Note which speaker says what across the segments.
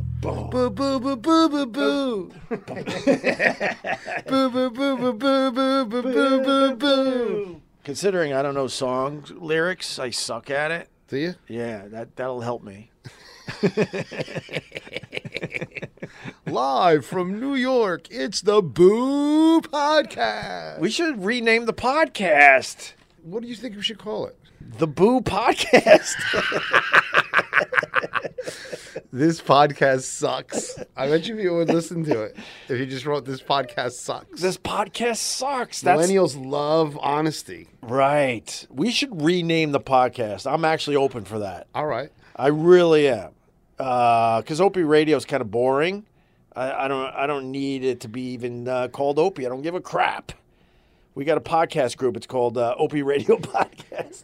Speaker 1: boo boo boo boo boo boo. Boo boo boo boo boo boo boo boo boo boo. Considering I don't know song lyrics, I suck at it.
Speaker 2: Do you?
Speaker 1: Yeah, that that'll help me.
Speaker 2: Live from New York, it's the Boo Podcast.
Speaker 1: We should rename the podcast
Speaker 2: What do you think we should call it?
Speaker 1: the Boo Podcast.
Speaker 2: This podcast sucks. I bet you people would listen to it if you just wrote this podcast sucks.
Speaker 1: this podcast sucks. That's
Speaker 2: Millennials love honesty.
Speaker 1: right. We should rename the podcast. I'm actually open for that.
Speaker 2: All right.
Speaker 1: I really am, because Opie Radio is kind of boring. I, I don't. I don't need it to be even uh, called Opie. I don't give a crap. We got a podcast group. It's called uh, Opie Radio Podcast.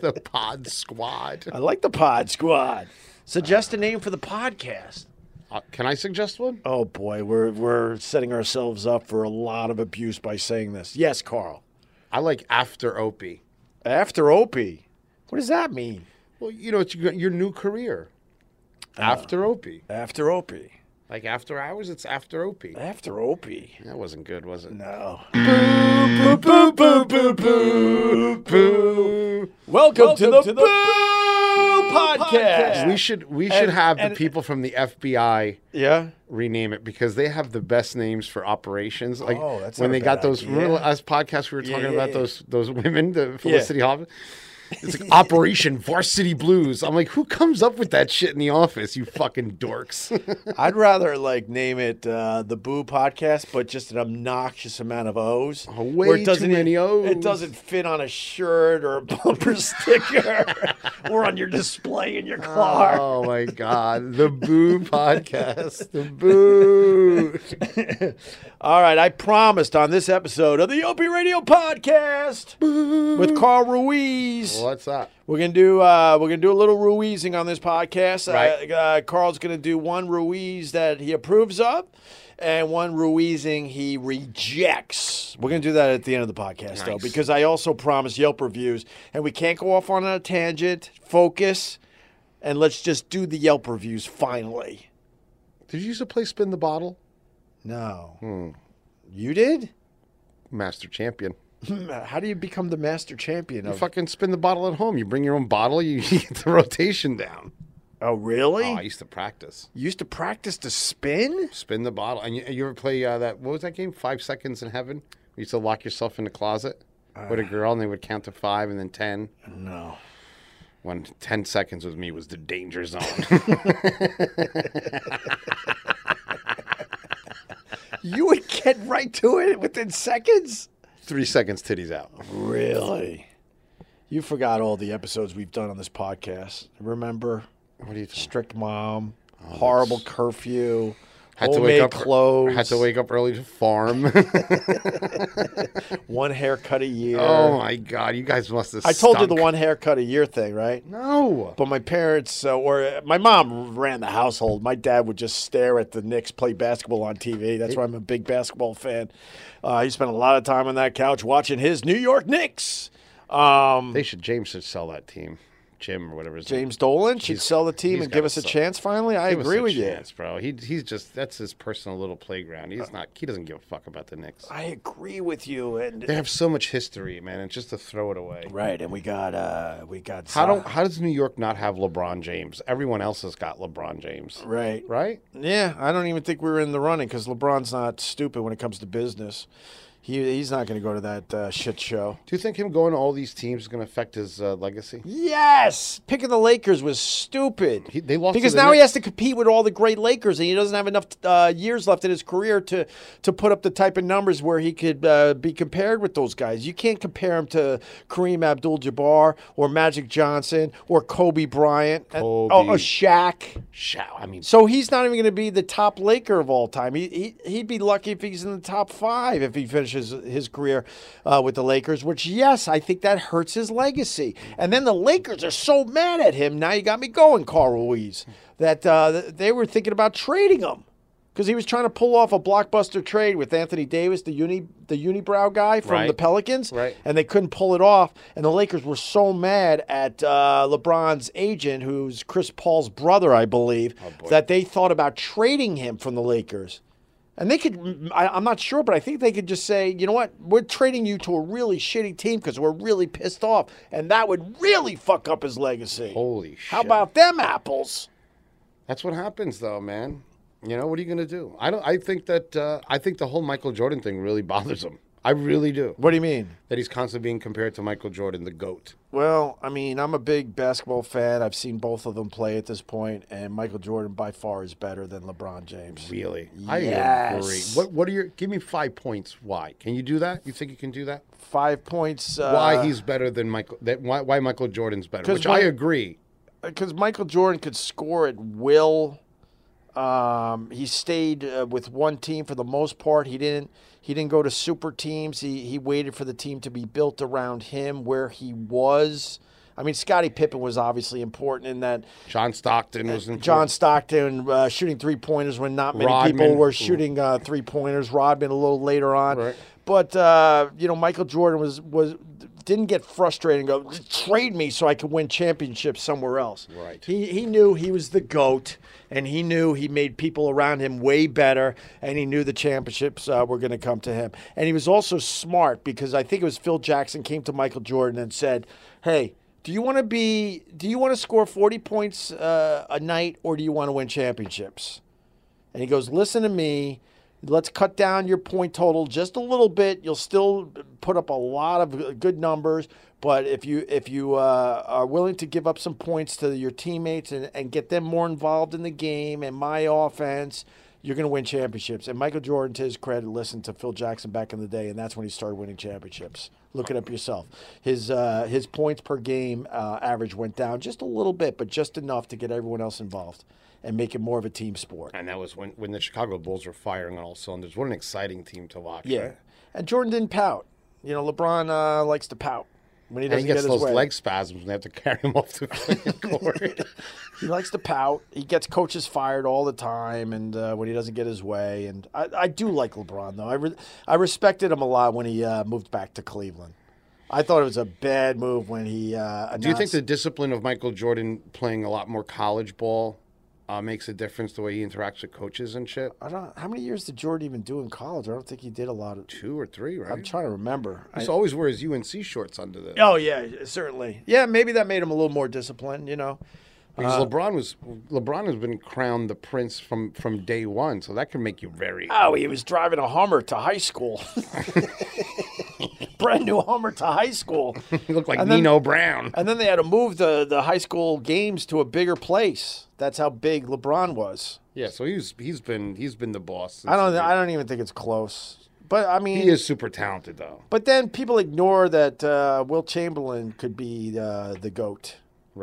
Speaker 2: The Pod Squad.
Speaker 1: I like the Pod Squad. Suggest a name for the podcast.
Speaker 2: Uh, can I suggest one?
Speaker 1: Oh boy, we're we're setting ourselves up for a lot of abuse by saying this. Yes, Carl.
Speaker 2: I like After Opie.
Speaker 1: After Opie, what does that mean?
Speaker 2: Well, you know, it's your, your new career.
Speaker 1: Oh.
Speaker 2: After Opie.
Speaker 1: After Opie.
Speaker 2: Like after hours, it's After Opie.
Speaker 1: After Opie.
Speaker 2: That wasn't good, was it?
Speaker 1: No. Boo, boo, boo, boo, boo, boo. Welcome, to the, Boo Podcast.
Speaker 2: We should we should
Speaker 1: And-
Speaker 2: have
Speaker 1: and-
Speaker 2: the people from the FBI
Speaker 1: yeah.
Speaker 2: rename it because they have the best names for operations. Like
Speaker 1: Oh, that's
Speaker 2: when
Speaker 1: not
Speaker 2: they
Speaker 1: a
Speaker 2: got
Speaker 1: bad
Speaker 2: those
Speaker 1: idea.
Speaker 2: remember last podcast we were talking
Speaker 1: yeah,
Speaker 2: about
Speaker 1: yeah.
Speaker 2: those those women, the Felicity Hoffman. It's like Operation Varsity Blues. I'm like, who comes up with that shit in the office? You fucking dorks.
Speaker 1: I'd rather like name it uh, the Boo Podcast, but just an obnoxious amount of O's.
Speaker 2: Oh, way
Speaker 1: where
Speaker 2: too
Speaker 1: doesn't e-
Speaker 2: many O's.
Speaker 1: It doesn't fit on a shirt or a bumper sticker or on your display in your car.
Speaker 2: oh my god, the Boo podcast, the Boo.
Speaker 1: All right, I promised on this episode of the Opie Radio Podcast with Carl Ruiz.
Speaker 2: What's up?
Speaker 1: We're gonna do uh, we're gonna do a little Ruizing on this podcast.
Speaker 2: Right.
Speaker 1: Uh, uh, Carl's gonna do one Ruiz that he approves of, and one Ruizing he rejects. We're gonna do that at the end of the podcast though,
Speaker 2: Nice.
Speaker 1: because I also promise Yelp reviews, and we can't go off on a tangent. Focus, and let's just do the Yelp reviews finally.
Speaker 2: Did you used to play Spin the Bottle?
Speaker 1: No,
Speaker 2: Hmm.
Speaker 1: you did.
Speaker 2: Master Champion.
Speaker 1: How do you become the master champion
Speaker 2: Hmm. You
Speaker 1: of?
Speaker 2: fucking spin the bottle at home. You bring your own bottle. You get the rotation down.
Speaker 1: oh, really?
Speaker 2: Oh, I used to practice.
Speaker 1: you used to practice to spin.
Speaker 2: Spin the bottle. And you, you ever play uh, that? What was that game? Five Seconds in Heaven? You used to lock yourself in the closet with
Speaker 1: Uh.
Speaker 2: a girl and they would count to five and then 10.
Speaker 1: No.
Speaker 2: When 10 seconds with me was the danger zone.
Speaker 1: You would get right to it within seconds?
Speaker 2: Three seconds, titties out.
Speaker 1: Really? You forgot all the episodes we've done on this podcast. Remember?
Speaker 2: What are you talking
Speaker 1: Strict mom, horrible curfew,
Speaker 2: Had to
Speaker 1: homemade
Speaker 2: wake up
Speaker 1: clothes,
Speaker 2: Had to wake up early to farm.
Speaker 1: one haircut a year.
Speaker 2: oh my God. You guys must have
Speaker 1: I told you the
Speaker 2: stunk.
Speaker 1: one haircut a year thing, right?
Speaker 2: No.
Speaker 1: But my parents, uh, or uh, my mom ran the household. My dad would just stare at the Knicks play basketball on TV. That's why I'm a big basketball fan. Uh, he spent a lot of time on that couch watching his New York Knicks. Um,
Speaker 2: They should, James should sell that team. Jim or whatever his name
Speaker 1: James Dolan should sell the team
Speaker 2: he's
Speaker 1: and give
Speaker 2: gotta
Speaker 1: us a
Speaker 2: sell.
Speaker 1: chance finally. I
Speaker 2: Give us
Speaker 1: agree
Speaker 2: a
Speaker 1: with
Speaker 2: chance, bro. He he's just that's his personal little playground. He's
Speaker 1: Uh.
Speaker 2: not he doesn't give a fuck about the Knicks.
Speaker 1: you. I agree with you.
Speaker 2: They
Speaker 1: And
Speaker 2: have so much history, man. It's just to throw it away.
Speaker 1: right, and we got uh we got
Speaker 2: How
Speaker 1: Sa-
Speaker 2: don't how does New York not have LeBron James? Everyone else has got LeBron James,
Speaker 1: right.
Speaker 2: right?
Speaker 1: Yeah, I don't even think we were in the running because LeBron's not stupid when it comes to business. He he's not going to go to that uh, shit show.
Speaker 2: Do you think him going to all these teams is going to affect his uh, legacy?
Speaker 1: Yes, picking the Lakers was stupid.
Speaker 2: He- they lost to
Speaker 1: because
Speaker 2: the
Speaker 1: now he
Speaker 2: Knicks.
Speaker 1: has to compete with all the great Lakers, and he doesn't have enough uh, years left in his career to to put up the type of numbers where he could uh, be compared with those guys. You can't compare him to Kareem Abdul-Jabbar or Magic Johnson or Kobe Bryant and-
Speaker 2: Kobe.
Speaker 1: or, or Shaq.
Speaker 2: Shout! I mean,
Speaker 1: So he's not even going to be the top Laker of all time. He, he he'd be lucky if he's in the top five if he finishes his career uh, with the Lakers. Which yes, I think that hurts his legacy. And then the Lakers are so mad at him. Now you got me going, Carl Ruiz, that uh, they were thinking about trading him. because he was trying to pull off a blockbuster trade with Anthony Davis, the uni the unibrow guy from
Speaker 2: Right.
Speaker 1: the Pelicans,
Speaker 2: Right.
Speaker 1: and they couldn't pull it off. And the Lakers were so mad at uh, LeBron's agent, who's Chris Paul's brother, I believe, that they thought about trading him from the Lakers. And they could, I, I'm not sure, but I think they could just say, you know what, we're trading you to a really shitty team because we're really pissed off, and that would really fuck up his legacy.
Speaker 2: Holy
Speaker 1: How
Speaker 2: shit.
Speaker 1: about them apples?
Speaker 2: That's what happens, though, man. You know what are you gonna do? I don't. I think that uh, I think the whole Michael Jordan thing really bothers him. I really do.
Speaker 1: What do you mean?
Speaker 2: That he's constantly being compared to Michael Jordan, the goat.
Speaker 1: Well, I mean, I'm a big basketball fan. I've seen both of them play at this point, and Michael Jordan by far is better than LeBron James.
Speaker 2: Really, I agree.
Speaker 1: Yes.
Speaker 2: What What are your? Give me five points. Why? Can you do that? You think you can do that?
Speaker 1: Five points. Uh,
Speaker 2: why he's better than Michael? That why Why Michael Jordan's better?
Speaker 1: 'Cause
Speaker 2: Which I
Speaker 1: when-
Speaker 2: agree.
Speaker 1: Because Michael Jordan could score at will. Um, he stayed uh, with one team for the most part. He didn't. He didn't go to super teams. He he waited for the team to be built around him where he was. I mean, Scottie Pippen was obviously important in that
Speaker 2: John Stockton was in.
Speaker 1: John Stockton uh, shooting three pointers when not many people
Speaker 2: Rodman.
Speaker 1: were shooting uh, three pointers. Rodman a little later on,
Speaker 2: Right.
Speaker 1: but uh, you know Michael Jordan was was didn't get frustrated and go trade me so I could win championships somewhere else.
Speaker 2: Right.
Speaker 1: He he knew he was the goat, and he knew he made people around him way better, and he knew the championships uh, were going to come to him. And he was also smart because I think it was Phil Jackson came to Michael Jordan and said, "Hey." Do you want to be? Do you want to score forty points uh, a night, or do you want to win championships? And he goes, Listen to me. Let's cut down your point total just a little bit. You'll still put up a lot of good numbers, but if you if you uh, are willing to give up some points to your teammates and, and get them more involved in the game and my offense, you're going to win championships. And Michael Jordan, to his credit, listened to Phil Jackson back in the day, and that's when he started winning championships. Look it up yourself. His uh, his points per game uh, average went down just a little bit, but just enough to get everyone else involved and make it more of a team sport.
Speaker 2: And that was when, when the Chicago Bulls were firing on all cylinders. What an exciting team to watch.
Speaker 1: Yeah,
Speaker 2: right?
Speaker 1: and Jordan didn't pout. You know, LeBron uh, likes to pout when he
Speaker 2: And
Speaker 1: doesn't
Speaker 2: he gets
Speaker 1: get
Speaker 2: those
Speaker 1: his way.
Speaker 2: leg spasms when they have to carry him off the fucking court.
Speaker 1: He likes to pout. He gets coaches fired all the time, and uh, when he doesn't get his way. And I, I do like LeBron though. I re- I respected him a lot when he uh, moved back to Cleveland. I thought it was a bad move when he uh, announced.
Speaker 2: Do you think the discipline of Michael Jordan playing a lot more college ball uh, makes a difference the way he interacts with coaches and shit?
Speaker 1: I don't. How many years did Jordan even do in college? I don't think he did a lot. Of,
Speaker 2: Two or three,
Speaker 1: I'm
Speaker 2: right?
Speaker 1: trying to remember. I-
Speaker 2: He always wears UNC shorts under the.
Speaker 1: oh yeah, certainly. Yeah, maybe that made him a little more disciplined. You know.
Speaker 2: Because
Speaker 1: Uh,
Speaker 2: LeBron was LeBron has been crowned the prince from from day one, so that can make you very.
Speaker 1: Oh, he was driving a Hummer to high school. Brand new Hummer to high school.
Speaker 2: You look like
Speaker 1: then-
Speaker 2: Nino Brown.
Speaker 1: And then they had to move the, the high school games to a bigger place. That's how big LeBron was.
Speaker 2: Yeah, so he's he's been he's been the boss. since
Speaker 1: I don't
Speaker 2: the-
Speaker 1: I don't even think it's close. But I mean
Speaker 2: He is super talented though,
Speaker 1: but then people ignore that uh, Will Chamberlain could be uh, the goat.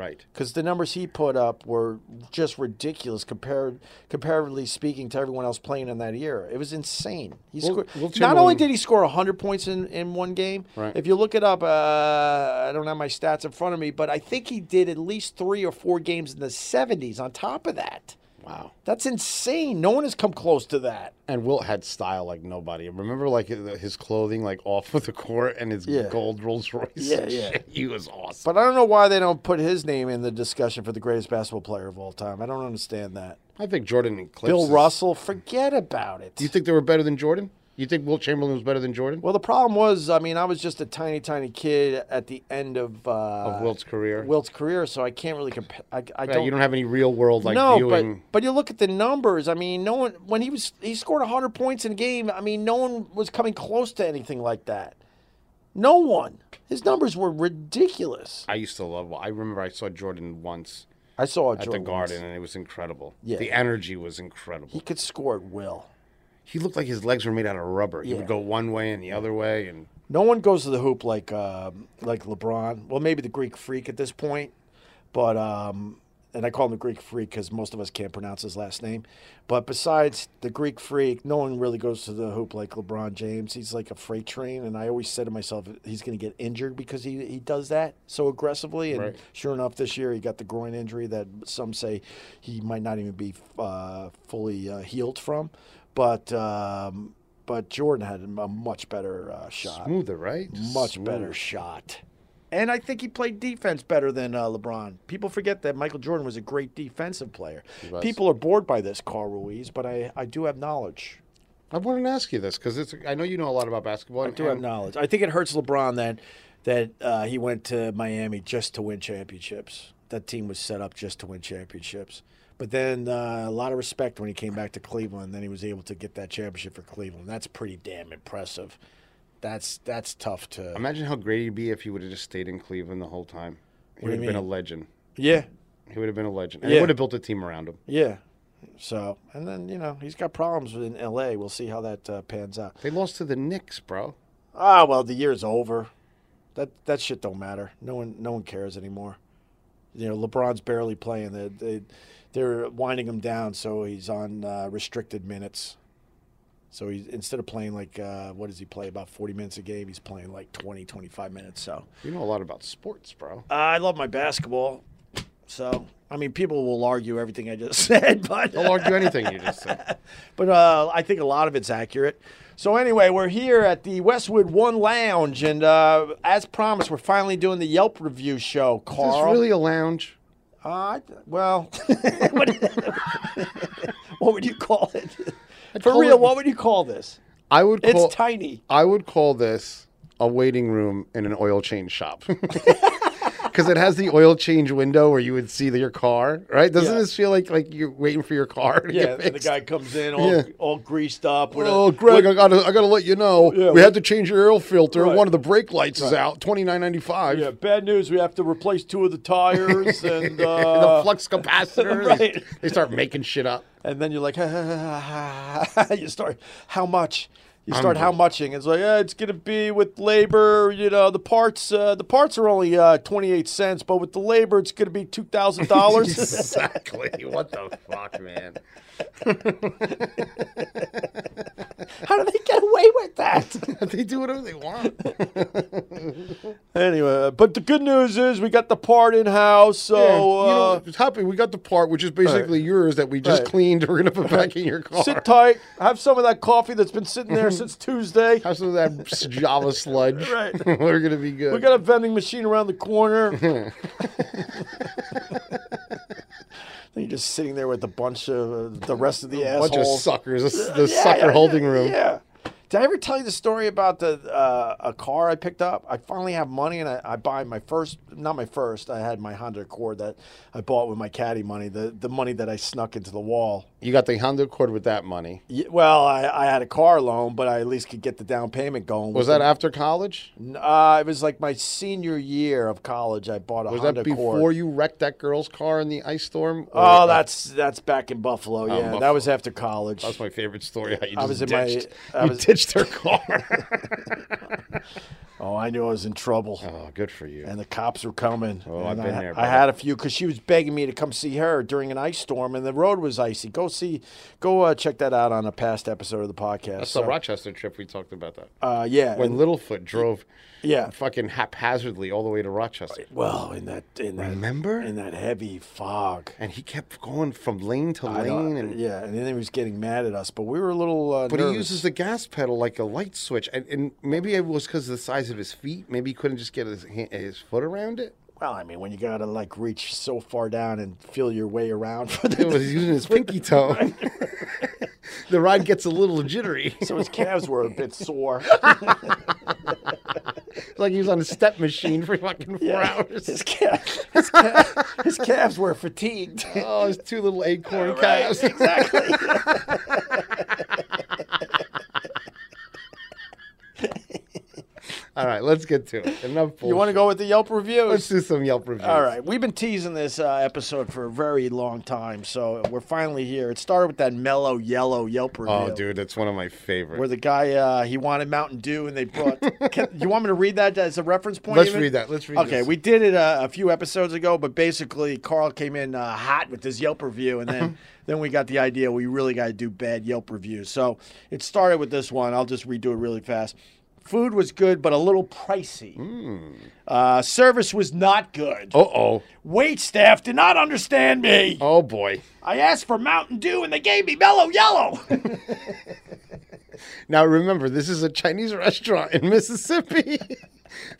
Speaker 2: right?
Speaker 1: because the numbers he put up were just ridiculous compared comparatively speaking to everyone else playing in that year. It was insane. He
Speaker 2: Will-
Speaker 1: scored,
Speaker 2: Will
Speaker 1: not only
Speaker 2: Chamberlain-
Speaker 1: did he score 100 points in, in one game,
Speaker 2: Right.
Speaker 1: if you look it up, uh, I don't have my stats in front of me, but I think he did at least three or four games in the 70s on top of that.
Speaker 2: Wow.
Speaker 1: That's insane. No one has come close to that.
Speaker 2: And Wilt had style like nobody. Remember, like his clothing, like off of the court, and his
Speaker 1: Yeah.
Speaker 2: gold Rolls Royce.
Speaker 1: Yeah,
Speaker 2: and
Speaker 1: yeah.
Speaker 2: shit. He was awesome.
Speaker 1: But I don't know why they don't put his name in the discussion for the greatest basketball player of all time. I don't understand that.
Speaker 2: I think Jordan and Clips.
Speaker 1: Bill Russell, forget about it.
Speaker 2: You think they were better than Jordan? You think Will Chamberlain was better than Jordan?
Speaker 1: Well, the problem was, I mean, I was just a tiny, tiny kid at the end of, uh,
Speaker 2: of Wilt's career.
Speaker 1: Wilt's career, so I can't really compare. I, I
Speaker 2: Yeah,
Speaker 1: don't.
Speaker 2: you don't have any real world like
Speaker 1: no,
Speaker 2: viewing.
Speaker 1: but but you look at the numbers. I mean, no one when he was he scored hundred points in a game. I mean, no one was coming close to anything like that. No one. His numbers were ridiculous.
Speaker 2: I used to love. I remember I saw Jordan once
Speaker 1: I saw a
Speaker 2: at
Speaker 1: Jordan
Speaker 2: the
Speaker 1: once.
Speaker 2: Garden, and it was incredible.
Speaker 1: Yeah.
Speaker 2: The energy was
Speaker 1: He
Speaker 2: incredible.
Speaker 1: could score at will.
Speaker 2: He looked like his legs were made out of rubber. He
Speaker 1: Yeah.
Speaker 2: would go one way and the other way, and
Speaker 1: No one goes to the hoop like um, like LeBron. Well, maybe the Greek Freak at this point, but um, and I call him the Greek Freak because most of us can't pronounce his last name. But besides the Greek Freak, no one really goes to the hoop like LeBron James. He's like a freight train, and I always said to myself, he's going to get injured because he, he does that so aggressively. And
Speaker 2: Right.
Speaker 1: sure enough, this year he got the groin injury that some say he might not even be uh, fully uh, healed from. But um, but Jordan had a much better uh, shot
Speaker 2: Smoother, right?
Speaker 1: much
Speaker 2: Smooth.
Speaker 1: better shot. And I think he played defense better than uh, LeBron. People forget that Michael Jordan was a great defensive player.
Speaker 2: was.
Speaker 1: People are bored by this, Carl Ruiz, but I, I do have knowledge.
Speaker 2: I wanted to ask you this because it's. I know you know a lot about basketball.
Speaker 1: I do have knowledge. I think it hurts LeBron that that uh, he went to Miami just to win championships. That team was set up just to win championships. But then uh, a lot of respect when he came back to Cleveland. Then he was able to get that championship for Cleveland. That's pretty damn impressive. That's that's tough to.
Speaker 2: Imagine how great he'd be if he would have just stayed in Cleveland the whole time. He
Speaker 1: do
Speaker 2: would
Speaker 1: you
Speaker 2: have been a
Speaker 1: mean?
Speaker 2: legend.
Speaker 1: yeah,
Speaker 2: He would have been a legend. And
Speaker 1: Yeah.
Speaker 2: would have built a team around him.
Speaker 1: Yeah. So, and then, you know, he's got problems in LA. We'll see how that uh, pans out.
Speaker 2: They lost to the Knicks, bro.
Speaker 1: Ah, well, the year's over. That that shit don't matter. No one no one cares anymore. You know, LeBron's barely playing. They, they they're winding him down so he's on uh, restricted minutes. So he's instead of playing like uh, what does he play about 40 minutes a game, he's playing like 20 25 minutes. So,
Speaker 2: You know a lot about sports, bro.
Speaker 1: I love my basketball. So, I mean, people will argue everything I just said, but
Speaker 2: They'll argue anything you just said.
Speaker 1: but uh, I think a lot of it's accurate. So anyway, we're here at the Westwood One Lounge, and uh, as promised, we're finally doing the Yelp review show.
Speaker 2: Is this
Speaker 1: Carl,
Speaker 2: really a lounge?
Speaker 1: uh, I- well, what, what would you call it? For
Speaker 2: call
Speaker 1: real,
Speaker 2: it-
Speaker 1: what would you call this?
Speaker 2: I would
Speaker 1: It's
Speaker 2: call.
Speaker 1: tiny.
Speaker 2: I would call this a waiting room in an oil change shop. Because it has the oil change window where you would see your car, right? Doesn't
Speaker 1: Yeah.
Speaker 2: this feel like like you're waiting for your car? To
Speaker 1: Yeah,
Speaker 2: get
Speaker 1: and the
Speaker 2: fixed?
Speaker 1: guy comes in all,
Speaker 2: Yeah.
Speaker 1: all greased up. With
Speaker 2: Oh,
Speaker 1: a,
Speaker 2: Greg, I gotta, I gotta let you know,
Speaker 1: Yeah,
Speaker 2: we had to change your oil filter.
Speaker 1: Right.
Speaker 2: One of the brake lights is out. Twenty nine ninety five.
Speaker 1: yeah, bad news. We have to replace two of the tires, and
Speaker 2: The
Speaker 1: uh,
Speaker 2: flux capacitor.
Speaker 1: right.
Speaker 2: they, they start making shit up.
Speaker 1: And then you're like, you start, how much? You start how muching? It's like, eh, it's gonna be with labor. You know, the parts. Uh, the parts are only uh, twenty eight cents, but with the labor, it's gonna be two thousand dollars.
Speaker 2: exactly. What the fuck, man?
Speaker 1: How do they get away with that?
Speaker 2: they do whatever they want.
Speaker 1: anyway, but the good news is we got the part in house.
Speaker 2: Oh,
Speaker 1: So
Speaker 2: you know,
Speaker 1: uh,
Speaker 2: it's happy. We got the part, which is basically yours that we just
Speaker 1: Right.
Speaker 2: cleaned. We're gonna put back in your car.
Speaker 1: sit tight. Have some of that coffee that's been sitting there since Tuesday.
Speaker 2: Have some of that Java sludge.
Speaker 1: Right.
Speaker 2: We're gonna be good.
Speaker 1: We got a vending machine around the corner. then you're just sitting there with a bunch of uh, the rest of the
Speaker 2: bunch of
Speaker 1: assholes.
Speaker 2: suckers. The, the
Speaker 1: Yeah,
Speaker 2: sucker
Speaker 1: yeah,
Speaker 2: holding
Speaker 1: yeah,
Speaker 2: room.
Speaker 1: Yeah. Did I ever tell you the story about the uh, a car I picked up? I finally have money, and I, I buy my first, not my first. I had my Honda Accord that I bought with my caddy money, the the money that I snuck into the wall.
Speaker 2: You got the Honda Accord with that money.
Speaker 1: Y- Well, I, I had a car loan, but I at least could get the down payment going.
Speaker 2: Was
Speaker 1: with
Speaker 2: that after college?
Speaker 1: the- Uh, it was like my senior year of college. I bought a
Speaker 2: Was
Speaker 1: Honda
Speaker 2: that before
Speaker 1: Accord.
Speaker 2: you wrecked that girl's car in the ice storm? Or-
Speaker 1: Oh, that's that's back in Buffalo. Yeah, that
Speaker 2: Oh, Buffalo.
Speaker 1: was after college.
Speaker 2: that's my favorite story. How you
Speaker 1: I
Speaker 2: just
Speaker 1: was in my-
Speaker 2: ditched,
Speaker 1: I
Speaker 2: you
Speaker 1: was-
Speaker 2: ditched her car.
Speaker 1: Oh, I knew I was in trouble,
Speaker 2: oh, good for you.
Speaker 1: and the cops were coming. Oh,
Speaker 2: I've been
Speaker 1: I,
Speaker 2: there,
Speaker 1: I
Speaker 2: brother.
Speaker 1: had a few because she was begging me to come see her during an ice storm, and the road was icy. Go see, go uh, check that out on a past episode of the podcast.
Speaker 2: That's the Rochester trip we talked about that.
Speaker 1: uh, yeah,
Speaker 2: When
Speaker 1: and-
Speaker 2: Littlefoot drove
Speaker 1: yeah.
Speaker 2: fucking haphazardly all the way to Rochester.
Speaker 1: Well, in that in that
Speaker 2: Remember?
Speaker 1: in that heavy fog.
Speaker 2: And he kept going from lane to
Speaker 1: I
Speaker 2: lane
Speaker 1: don't-
Speaker 2: and
Speaker 1: yeah, and then he was getting mad at us, but we were a little. Uh,
Speaker 2: But
Speaker 1: nervous.
Speaker 2: he uses the gas pedal like a light switch, and, and maybe it was because of the size of his feet. Maybe he couldn't just get his hand, his foot around it.
Speaker 1: Well, I mean, when you gotta like reach so far down and feel your way around for
Speaker 2: It
Speaker 1: the
Speaker 2: was using his pinky toe. the ride gets a little jittery.
Speaker 1: So his calves were a bit sore.
Speaker 2: It's like he was on a step machine for fucking four hours.
Speaker 1: His, calf, his, calf, his calves were fatigued.
Speaker 2: Oh, his two little acorn calves.
Speaker 1: exactly.
Speaker 2: All right, let's get to it. Enough.
Speaker 1: You want to
Speaker 2: bullshit.
Speaker 1: go with the Yelp reviews?
Speaker 2: Let's do some Yelp reviews.
Speaker 1: All right, we've been teasing this uh, episode for a very long time, so we're finally here. It started with that mellow yellow Yelp review.
Speaker 2: Oh, dude, that's one of my favorites.
Speaker 1: Where the guy uh, he wanted Mountain Dew and they brought. Can, you want me to read that as a reference point?
Speaker 2: Let's
Speaker 1: even?
Speaker 2: read that. Let's read.
Speaker 1: Okay,
Speaker 2: this.
Speaker 1: we did it uh, a few episodes ago, but basically Carl came in uh, hot with his Yelp review, and then then we got the idea we really got to do bad Yelp reviews. So it started with this one. I'll just redo it really fast. Food was good, but a little pricey. Uh, service was not good.
Speaker 2: Uh Hmm. oh.
Speaker 1: Wait staff did not understand me.
Speaker 2: Oh boy.
Speaker 1: I asked for Mountain Dew and they gave me Mellow Yellow.
Speaker 2: Now remember, this is a Chinese restaurant in Mississippi.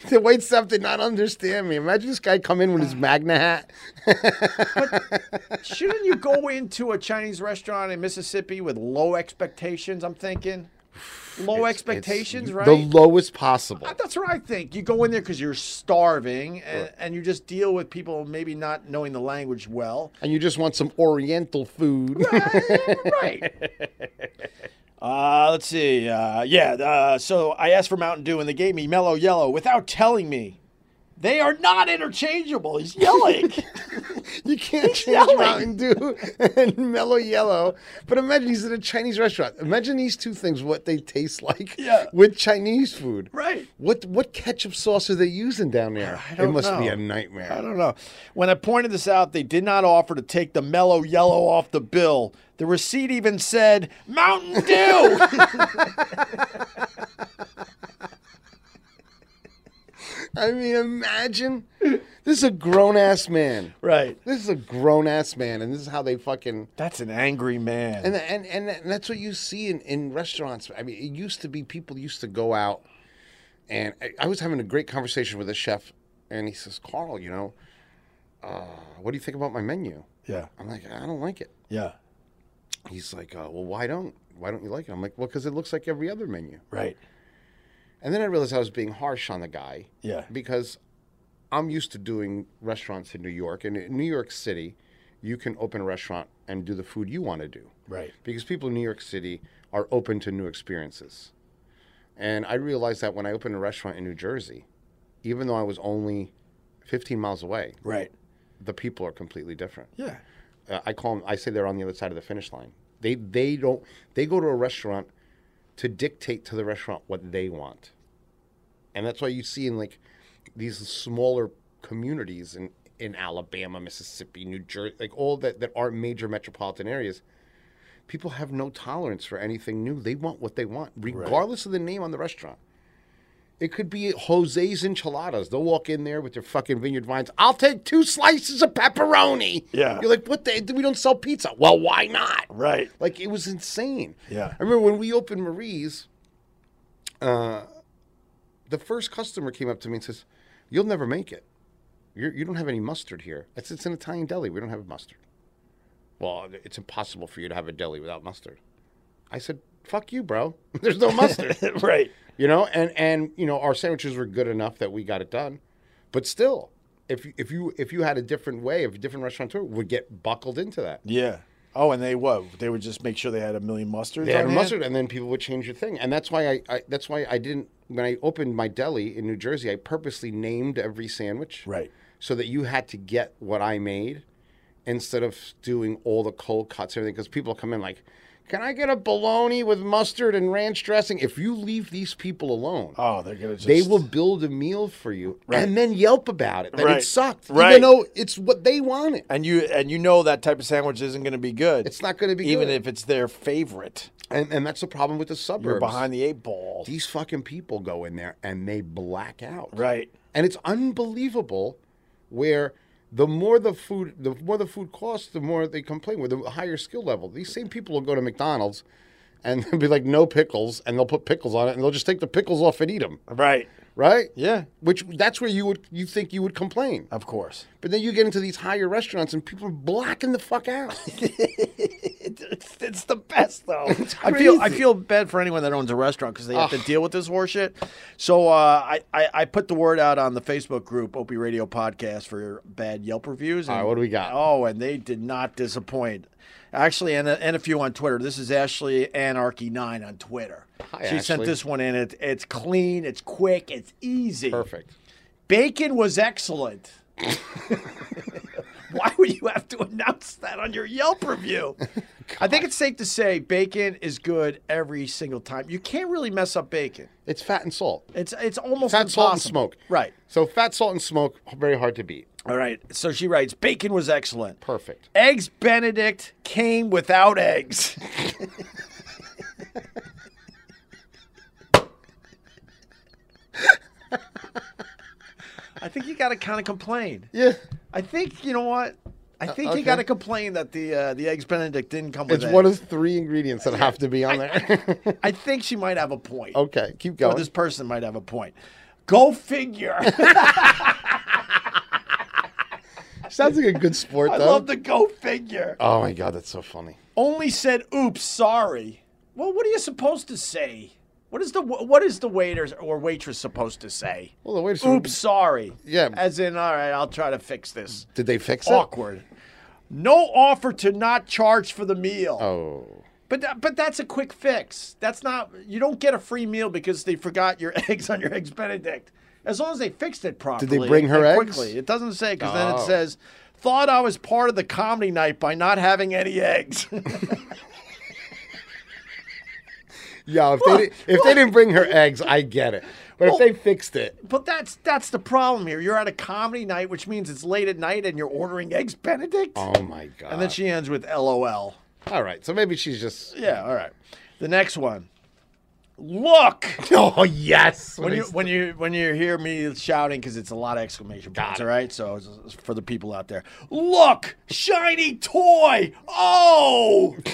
Speaker 2: the wait staff did not understand me. Imagine this guy come in with his magna hat.
Speaker 1: Shouldn't you go into a Chinese restaurant in Mississippi with low expectations? I'm thinking. Low expectations,
Speaker 2: It's
Speaker 1: right?
Speaker 2: The lowest possible.
Speaker 1: That's what I think. You go in there because you're starving, and, and you just deal with people maybe not knowing the language well. Uh,
Speaker 2: And you just want some Oriental food.
Speaker 1: right. Uh, let's see. Uh, yeah. Uh, so I asked for Mountain Dew, and they gave me Mellow Yellow without telling me. They are not interchangeable. He's yelling.
Speaker 2: You can't change
Speaker 1: yelling.
Speaker 2: Mountain Dew and Mellow Yellow. But imagine he's in a Chinese restaurant. Imagine these two things, what they taste like
Speaker 1: Yeah.
Speaker 2: with Chinese food.
Speaker 1: Right.
Speaker 2: What what ketchup sauce are they using down there?
Speaker 1: I don't
Speaker 2: it must be
Speaker 1: know.
Speaker 2: a nightmare.
Speaker 1: I don't know. When I pointed this out, they did not offer to take the Mellow Yellow off the bill. The receipt even said Mountain Dew.
Speaker 2: I mean, imagine. This is a grown ass man.
Speaker 1: right.
Speaker 2: This is a grown ass man, and this is how they fucking.
Speaker 1: That's an angry man.
Speaker 2: And and and, and that's what you see in, in restaurants. I mean, it used to be people used to go out, and I, I was having a great conversation with a chef, and he says, "Carl, you know, uh, what do you think about my menu?"
Speaker 1: yeah.
Speaker 2: I'm like, "I don't like it."
Speaker 1: Yeah.
Speaker 2: He's like, uh, "Well, why don't why don't you like it?" I'm like, "Well, because it looks like every other menu."
Speaker 1: Right.
Speaker 2: And then I realized I was being harsh on the guy.
Speaker 1: Yeah.
Speaker 2: because I'm used to doing restaurants in New York, and in New York City, you can open a restaurant and do the food you want to do
Speaker 1: Right.
Speaker 2: because people in New York City are open to new experiences. And I realized that when I opened a restaurant in New Jersey, even though I was only 15 miles away,
Speaker 1: Right.
Speaker 2: the people are completely different.
Speaker 1: Yeah.
Speaker 2: Uh, I call them, I say they're on the other side of the finish line. They they don't they go to a restaurant to dictate to the restaurant what they want, and that's why you see in like these smaller communities in in Alabama, Mississippi, New Jersey, like all that that are major metropolitan areas. People have no tolerance for anything new. They want what they want, regardless of the name on the restaurant. It could be Jose's enchiladas. They'll walk in there with their fucking vineyard vines. I'll take two slices of pepperoni.
Speaker 1: Yeah.
Speaker 2: You're like, what the? We don't sell pizza. Well, why not?
Speaker 1: Right.
Speaker 2: Like, it was insane.
Speaker 1: Yeah.
Speaker 2: I remember when we opened Marie's, uh, the first customer came up to me and says, You'll never make it. You're, you don't have any mustard here. I said, It's an Italian deli. We don't have mustard. Well, it's impossible for you to have a deli without mustard. I said, Fuck you, bro. There's no mustard
Speaker 1: right.
Speaker 2: you know and and you know our sandwiches were good enough that we got it done but still if you if you if you had a different way if a different restaurateur would get buckled into that
Speaker 1: Yeah. Oh, and they what? They would just make sure they had a million mustards.
Speaker 2: they had
Speaker 1: on
Speaker 2: a
Speaker 1: hand?
Speaker 2: mustard and then people would change your thing and that's why I, I that's why i didn't when i opened my deli in new jersey i purposely named every sandwich
Speaker 1: Right.
Speaker 2: so that you had to get what i made instead of doing all the cold cuts and everything because people come in like can i get a bologna with mustard and ranch dressing if you leave these people alone
Speaker 1: Oh, they're gonna just.
Speaker 2: they will build a meal for you and then yelp about it that
Speaker 1: Right.
Speaker 2: it sucked
Speaker 1: Right.
Speaker 2: even though it's what they wanted
Speaker 1: And you and you know that type of sandwich isn't gonna be good.
Speaker 2: it's not going to be
Speaker 1: even
Speaker 2: good.
Speaker 1: if it's their favorite.
Speaker 2: and, and that's the problem with the suburbs
Speaker 1: You're behind the eight ball.
Speaker 2: these fucking people go in there and they black out
Speaker 1: Right.
Speaker 2: and it's unbelievable where the more the food the more the food costs the more they complain with the higher skill level these same people will go to mcdonald's and they'll be like no pickles and they'll put pickles on it and they'll just take the pickles off and eat them
Speaker 1: Right.
Speaker 2: right
Speaker 1: Yeah.
Speaker 2: which that's where you would you think you would complain
Speaker 1: Of course.
Speaker 2: But then you get into these higher restaurants and people are blacking the fuck out.
Speaker 1: it's, it's the best though. I feel I feel bad for anyone that owns a restaurant because they have to deal with this horseshit. So uh, I, I I put the word out on the Facebook group Opie Radio Podcast for bad Yelp reviews. And,
Speaker 2: right, what do we got?
Speaker 1: Oh, and they did not disappoint. Actually, and a, and a few on Twitter. This is Ashley Anarchy Nine on Twitter.
Speaker 2: Hi,
Speaker 1: she sent
Speaker 2: Ashley.
Speaker 1: this one in. It, it's clean. It's quick. It's easy.
Speaker 2: Perfect.
Speaker 1: Bacon was excellent. Why would you have to announce that on your Yelp review? I think it's safe to say bacon is good every single time. You can't really mess up bacon.
Speaker 2: It's fat and salt.
Speaker 1: It's it's almost
Speaker 2: Fat,
Speaker 1: impossible.
Speaker 2: salt, and smoke.
Speaker 1: Right.
Speaker 2: So fat, salt, and smoke very hard to beat.
Speaker 1: All right. So she writes, bacon was excellent.
Speaker 2: Perfect.
Speaker 1: Eggs Benedict came without eggs. I think you got to kind of complain.
Speaker 2: Yeah.
Speaker 1: I think you know what. I think
Speaker 2: Uh, okay.
Speaker 1: you got to complain that the uh, the eggs Benedict didn't come with
Speaker 2: It's
Speaker 1: eggs.
Speaker 2: one of three ingredients that have to be on there.
Speaker 1: I think she might have a point.
Speaker 2: okay, keep
Speaker 1: Or
Speaker 2: going.
Speaker 1: this person might have a point. Go figure.
Speaker 2: Sounds like a good sport,
Speaker 1: I
Speaker 2: though.
Speaker 1: love the go figure.
Speaker 2: oh my god, that's so funny.
Speaker 1: Only said, "Oops, sorry." Well, what are you supposed to say? What is the what is the waiter or waitress supposed to say?
Speaker 2: Well, the waiter.
Speaker 1: Oops, sorry.
Speaker 2: Yeah.
Speaker 1: As in, all right, I'll try to fix this.
Speaker 2: Did they fix it?
Speaker 1: Awkward. No offer to not charge for the meal.
Speaker 2: Oh.
Speaker 1: But that, but that's a quick fix. That's not you don't get a free meal because they forgot your eggs on your eggs Benedict. As long as they fixed it properly.
Speaker 2: they bring her
Speaker 1: and
Speaker 2: eggs?
Speaker 1: quickly? It doesn't say because then it
Speaker 2: Oh.
Speaker 1: says, "Thought I was part of the comedy night by not having any eggs."
Speaker 2: Yeah, if they didn't, if they didn't bring her eggs, I get it. But
Speaker 1: Well-
Speaker 2: if they fixed it,
Speaker 1: but that's that's the problem here. You're at a comedy night, which means it's late at night, and you're ordering eggs Benedict.
Speaker 2: oh my god.
Speaker 1: And then she ends with, "LOL."
Speaker 2: All right, so maybe she's just.
Speaker 1: Yeah. All right. The next one. Look.
Speaker 2: Oh yes.
Speaker 1: when you when you when you hear me shouting because it's a lot of exclamation points.
Speaker 2: it.
Speaker 1: All right, so it's- it's for the people out there, look, shiny toy. Oh,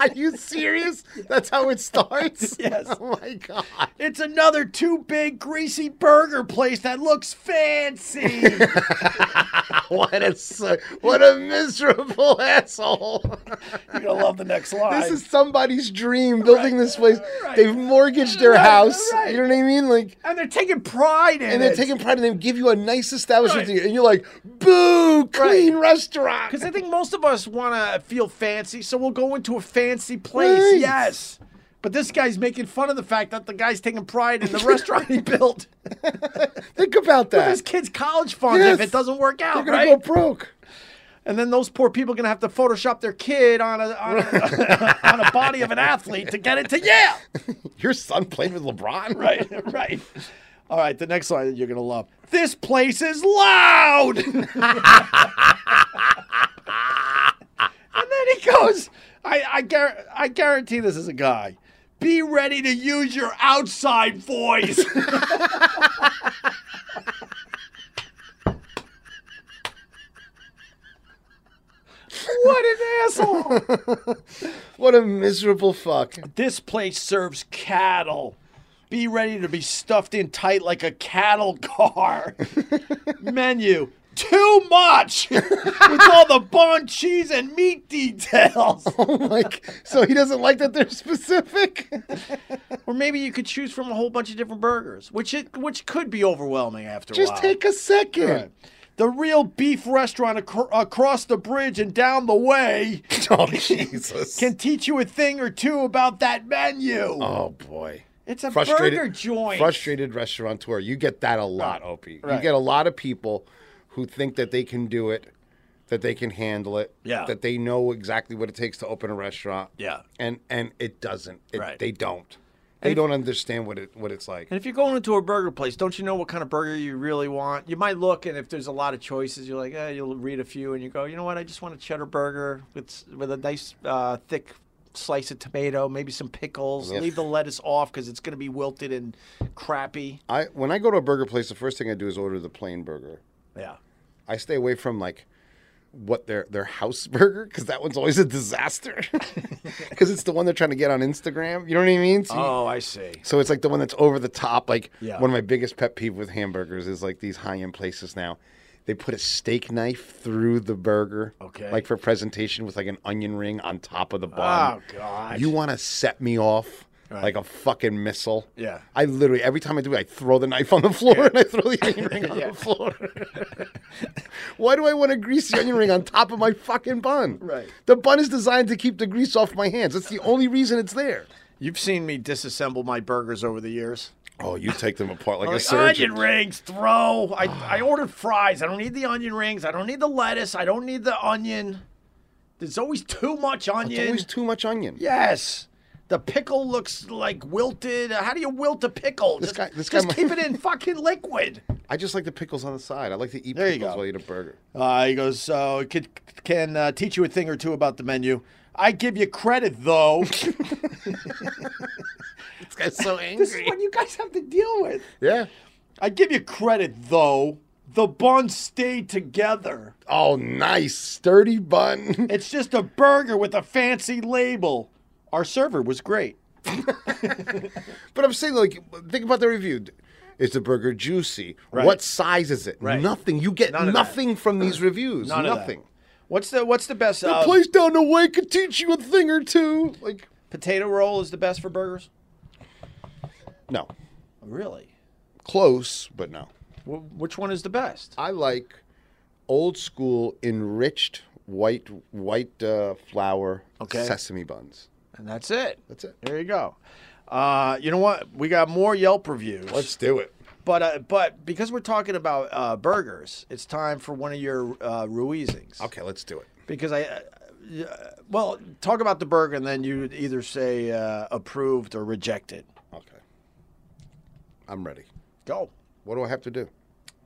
Speaker 2: Are you serious? That's how it starts?
Speaker 1: Yes.
Speaker 2: Oh my god.
Speaker 1: it's another too big greasy burger place that looks fancy.
Speaker 2: What a s- what a miserable asshole.
Speaker 1: You're gonna love the next line.
Speaker 2: This is somebody's dream building this place.
Speaker 1: Right.
Speaker 2: They've mortgaged their
Speaker 1: Right,
Speaker 2: house.
Speaker 1: right.
Speaker 2: You know what I mean? Like
Speaker 1: and they're taking pride in
Speaker 2: and
Speaker 1: it.
Speaker 2: they're taking pride and they give you a nice establishment
Speaker 1: Right.
Speaker 2: and you're like, boo, clean restaurant.
Speaker 1: Because I think most of us want to feel fancy, so we'll go into a fancy place.
Speaker 2: Right.
Speaker 1: Yes. But this guy's making fun of the fact that the guy's taking pride in the restaurant he built.
Speaker 2: Think about that.
Speaker 1: His kid's college funds if
Speaker 2: Yes.
Speaker 1: it doesn't work
Speaker 2: They're
Speaker 1: out,
Speaker 2: gonna
Speaker 1: right?
Speaker 2: go broke.
Speaker 1: And then those poor people are gonna have to Photoshop their kid on a on a, on a body of an athlete to get it to yeah.
Speaker 2: Your son played with LeBron?
Speaker 1: Right, right. All right, the next line that you're gonna love. This place is loud. and then he goes, I I, gar- I guarantee this is a guy. Be ready to use your outside voice. what an asshole!
Speaker 2: What a miserable fuck.
Speaker 1: This place serves cattle. Be ready to be stuffed in tight like a cattle car. Menu. Too much with all the bun, cheese, and meat details.
Speaker 2: like Oh so he doesn't like that they're specific.
Speaker 1: or maybe you could choose from a whole bunch of different burgers, which it, which could be overwhelming after
Speaker 2: Just
Speaker 1: a while.
Speaker 2: take a second.
Speaker 1: Right. the real beef restaurant acro- across the bridge and down the way
Speaker 2: Oh Jesus!
Speaker 1: can teach you a thing or two about that menu.
Speaker 2: oh boy!
Speaker 1: it's a
Speaker 2: Frustrated
Speaker 1: burger joint.
Speaker 2: Frustrated restaurateur. You get that a lot, Opie.
Speaker 1: Right.
Speaker 2: You get a lot of people who think that they can do it, that they can handle it,
Speaker 1: Yeah.
Speaker 2: that they know exactly what it takes to open a restaurant.
Speaker 1: Yeah.
Speaker 2: and and it doesn't. It,
Speaker 1: Right.
Speaker 2: They don't. They don't understand what it what it's like.
Speaker 1: And if you're going into a burger place, don't you know what kind of burger you really want? You might look, and if there's a lot of choices, you're like, eh, you'll read a few, and you go, you know what? I just want a cheddar burger with with a nice uh, thick slice of tomato, maybe some pickles.
Speaker 2: Yeah.
Speaker 1: Leave the lettuce off because it's gonna be wilted and crappy.
Speaker 2: I when I go to a burger place, the first thing I do is order the plain burger.
Speaker 1: Yeah.
Speaker 2: I stay away from like what their their house burger because that one's always a disaster because it's the one they're trying to get on Instagram. You know what I mean? So, you-
Speaker 1: Oh, I see.
Speaker 2: so it's like the one that's over the top. Like
Speaker 1: Yeah.
Speaker 2: one of my biggest pet peeve with hamburgers is like these high end places now. They put a steak knife through the burger,
Speaker 1: Okay.
Speaker 2: like for presentation with like an onion ring on top of the
Speaker 1: Oh
Speaker 2: bun.
Speaker 1: God.
Speaker 2: you want to set me off
Speaker 1: Right.
Speaker 2: like a fucking missile?
Speaker 1: Yeah.
Speaker 2: I literally every time I do it, I throw the knife on the floor and I throw the onion ring on
Speaker 1: Yeah.
Speaker 2: the floor. Why do I want a greasy onion ring on top of my fucking bun?
Speaker 1: Right.
Speaker 2: The bun is designed to keep the grease off my hands. That's the only reason it's there.
Speaker 1: You've seen me disassemble my burgers over the years.
Speaker 2: Oh, you take them apart like a
Speaker 1: Like,
Speaker 2: surgeon.
Speaker 1: onion rings, throw. I, I ordered fries. I don't need the onion rings. I don't need the lettuce. I don't need the onion. There's always too much
Speaker 2: It's
Speaker 1: onion.
Speaker 2: always too much onion.
Speaker 1: Yes. The pickle looks like wilted. How do you wilt a pickle? just
Speaker 2: guy- this guy
Speaker 1: just
Speaker 2: might-
Speaker 1: keep it in fucking liquid.
Speaker 2: I just like the pickles on the side. I like to eat
Speaker 1: There you
Speaker 2: pickles
Speaker 1: go.
Speaker 2: while I eat a burger.
Speaker 1: Uh, he goes, so it could, can uh, teach you a thing or two about the menu. I give you credit though.
Speaker 2: This guy's so
Speaker 1: this is what you guys have to deal with.
Speaker 2: yeah.
Speaker 1: I give you credit though. The buns stayed together.
Speaker 2: Oh, nice sturdy bun.
Speaker 1: It's just a burger with a fancy label. Our server was great.
Speaker 2: But I'm saying, like, think about the review. Is the burger juicy?
Speaker 1: Right.
Speaker 2: What size is it?
Speaker 1: Right.
Speaker 2: Nothing. You get
Speaker 1: None of that.
Speaker 2: nothing from these reviews.
Speaker 1: None of that.
Speaker 2: nothing.
Speaker 1: What's the what's the best?
Speaker 2: The
Speaker 1: uh,
Speaker 2: place down the way could teach you a thing or two. Like,
Speaker 1: potato roll is the best for burgers.
Speaker 2: no,
Speaker 1: Really?
Speaker 2: close, but no.
Speaker 1: Wh- which one is the best?
Speaker 2: I like old school enriched white white uh, flour
Speaker 1: Okay.
Speaker 2: sesame buns.
Speaker 1: And that's it.
Speaker 2: That's it.
Speaker 1: There you go. Uh, you know what? We got more Yelp reviews,
Speaker 2: Let's do it.
Speaker 1: but uh, but because we're talking about uh, burgers, it's time for one of your uh, Ruizings.
Speaker 2: Okay, let's do it.
Speaker 1: Because I, uh, uh, well, talk about the burger, and then you either say uh, approved or rejected.
Speaker 2: Okay. I'm ready.
Speaker 1: Go
Speaker 2: What do I have to do?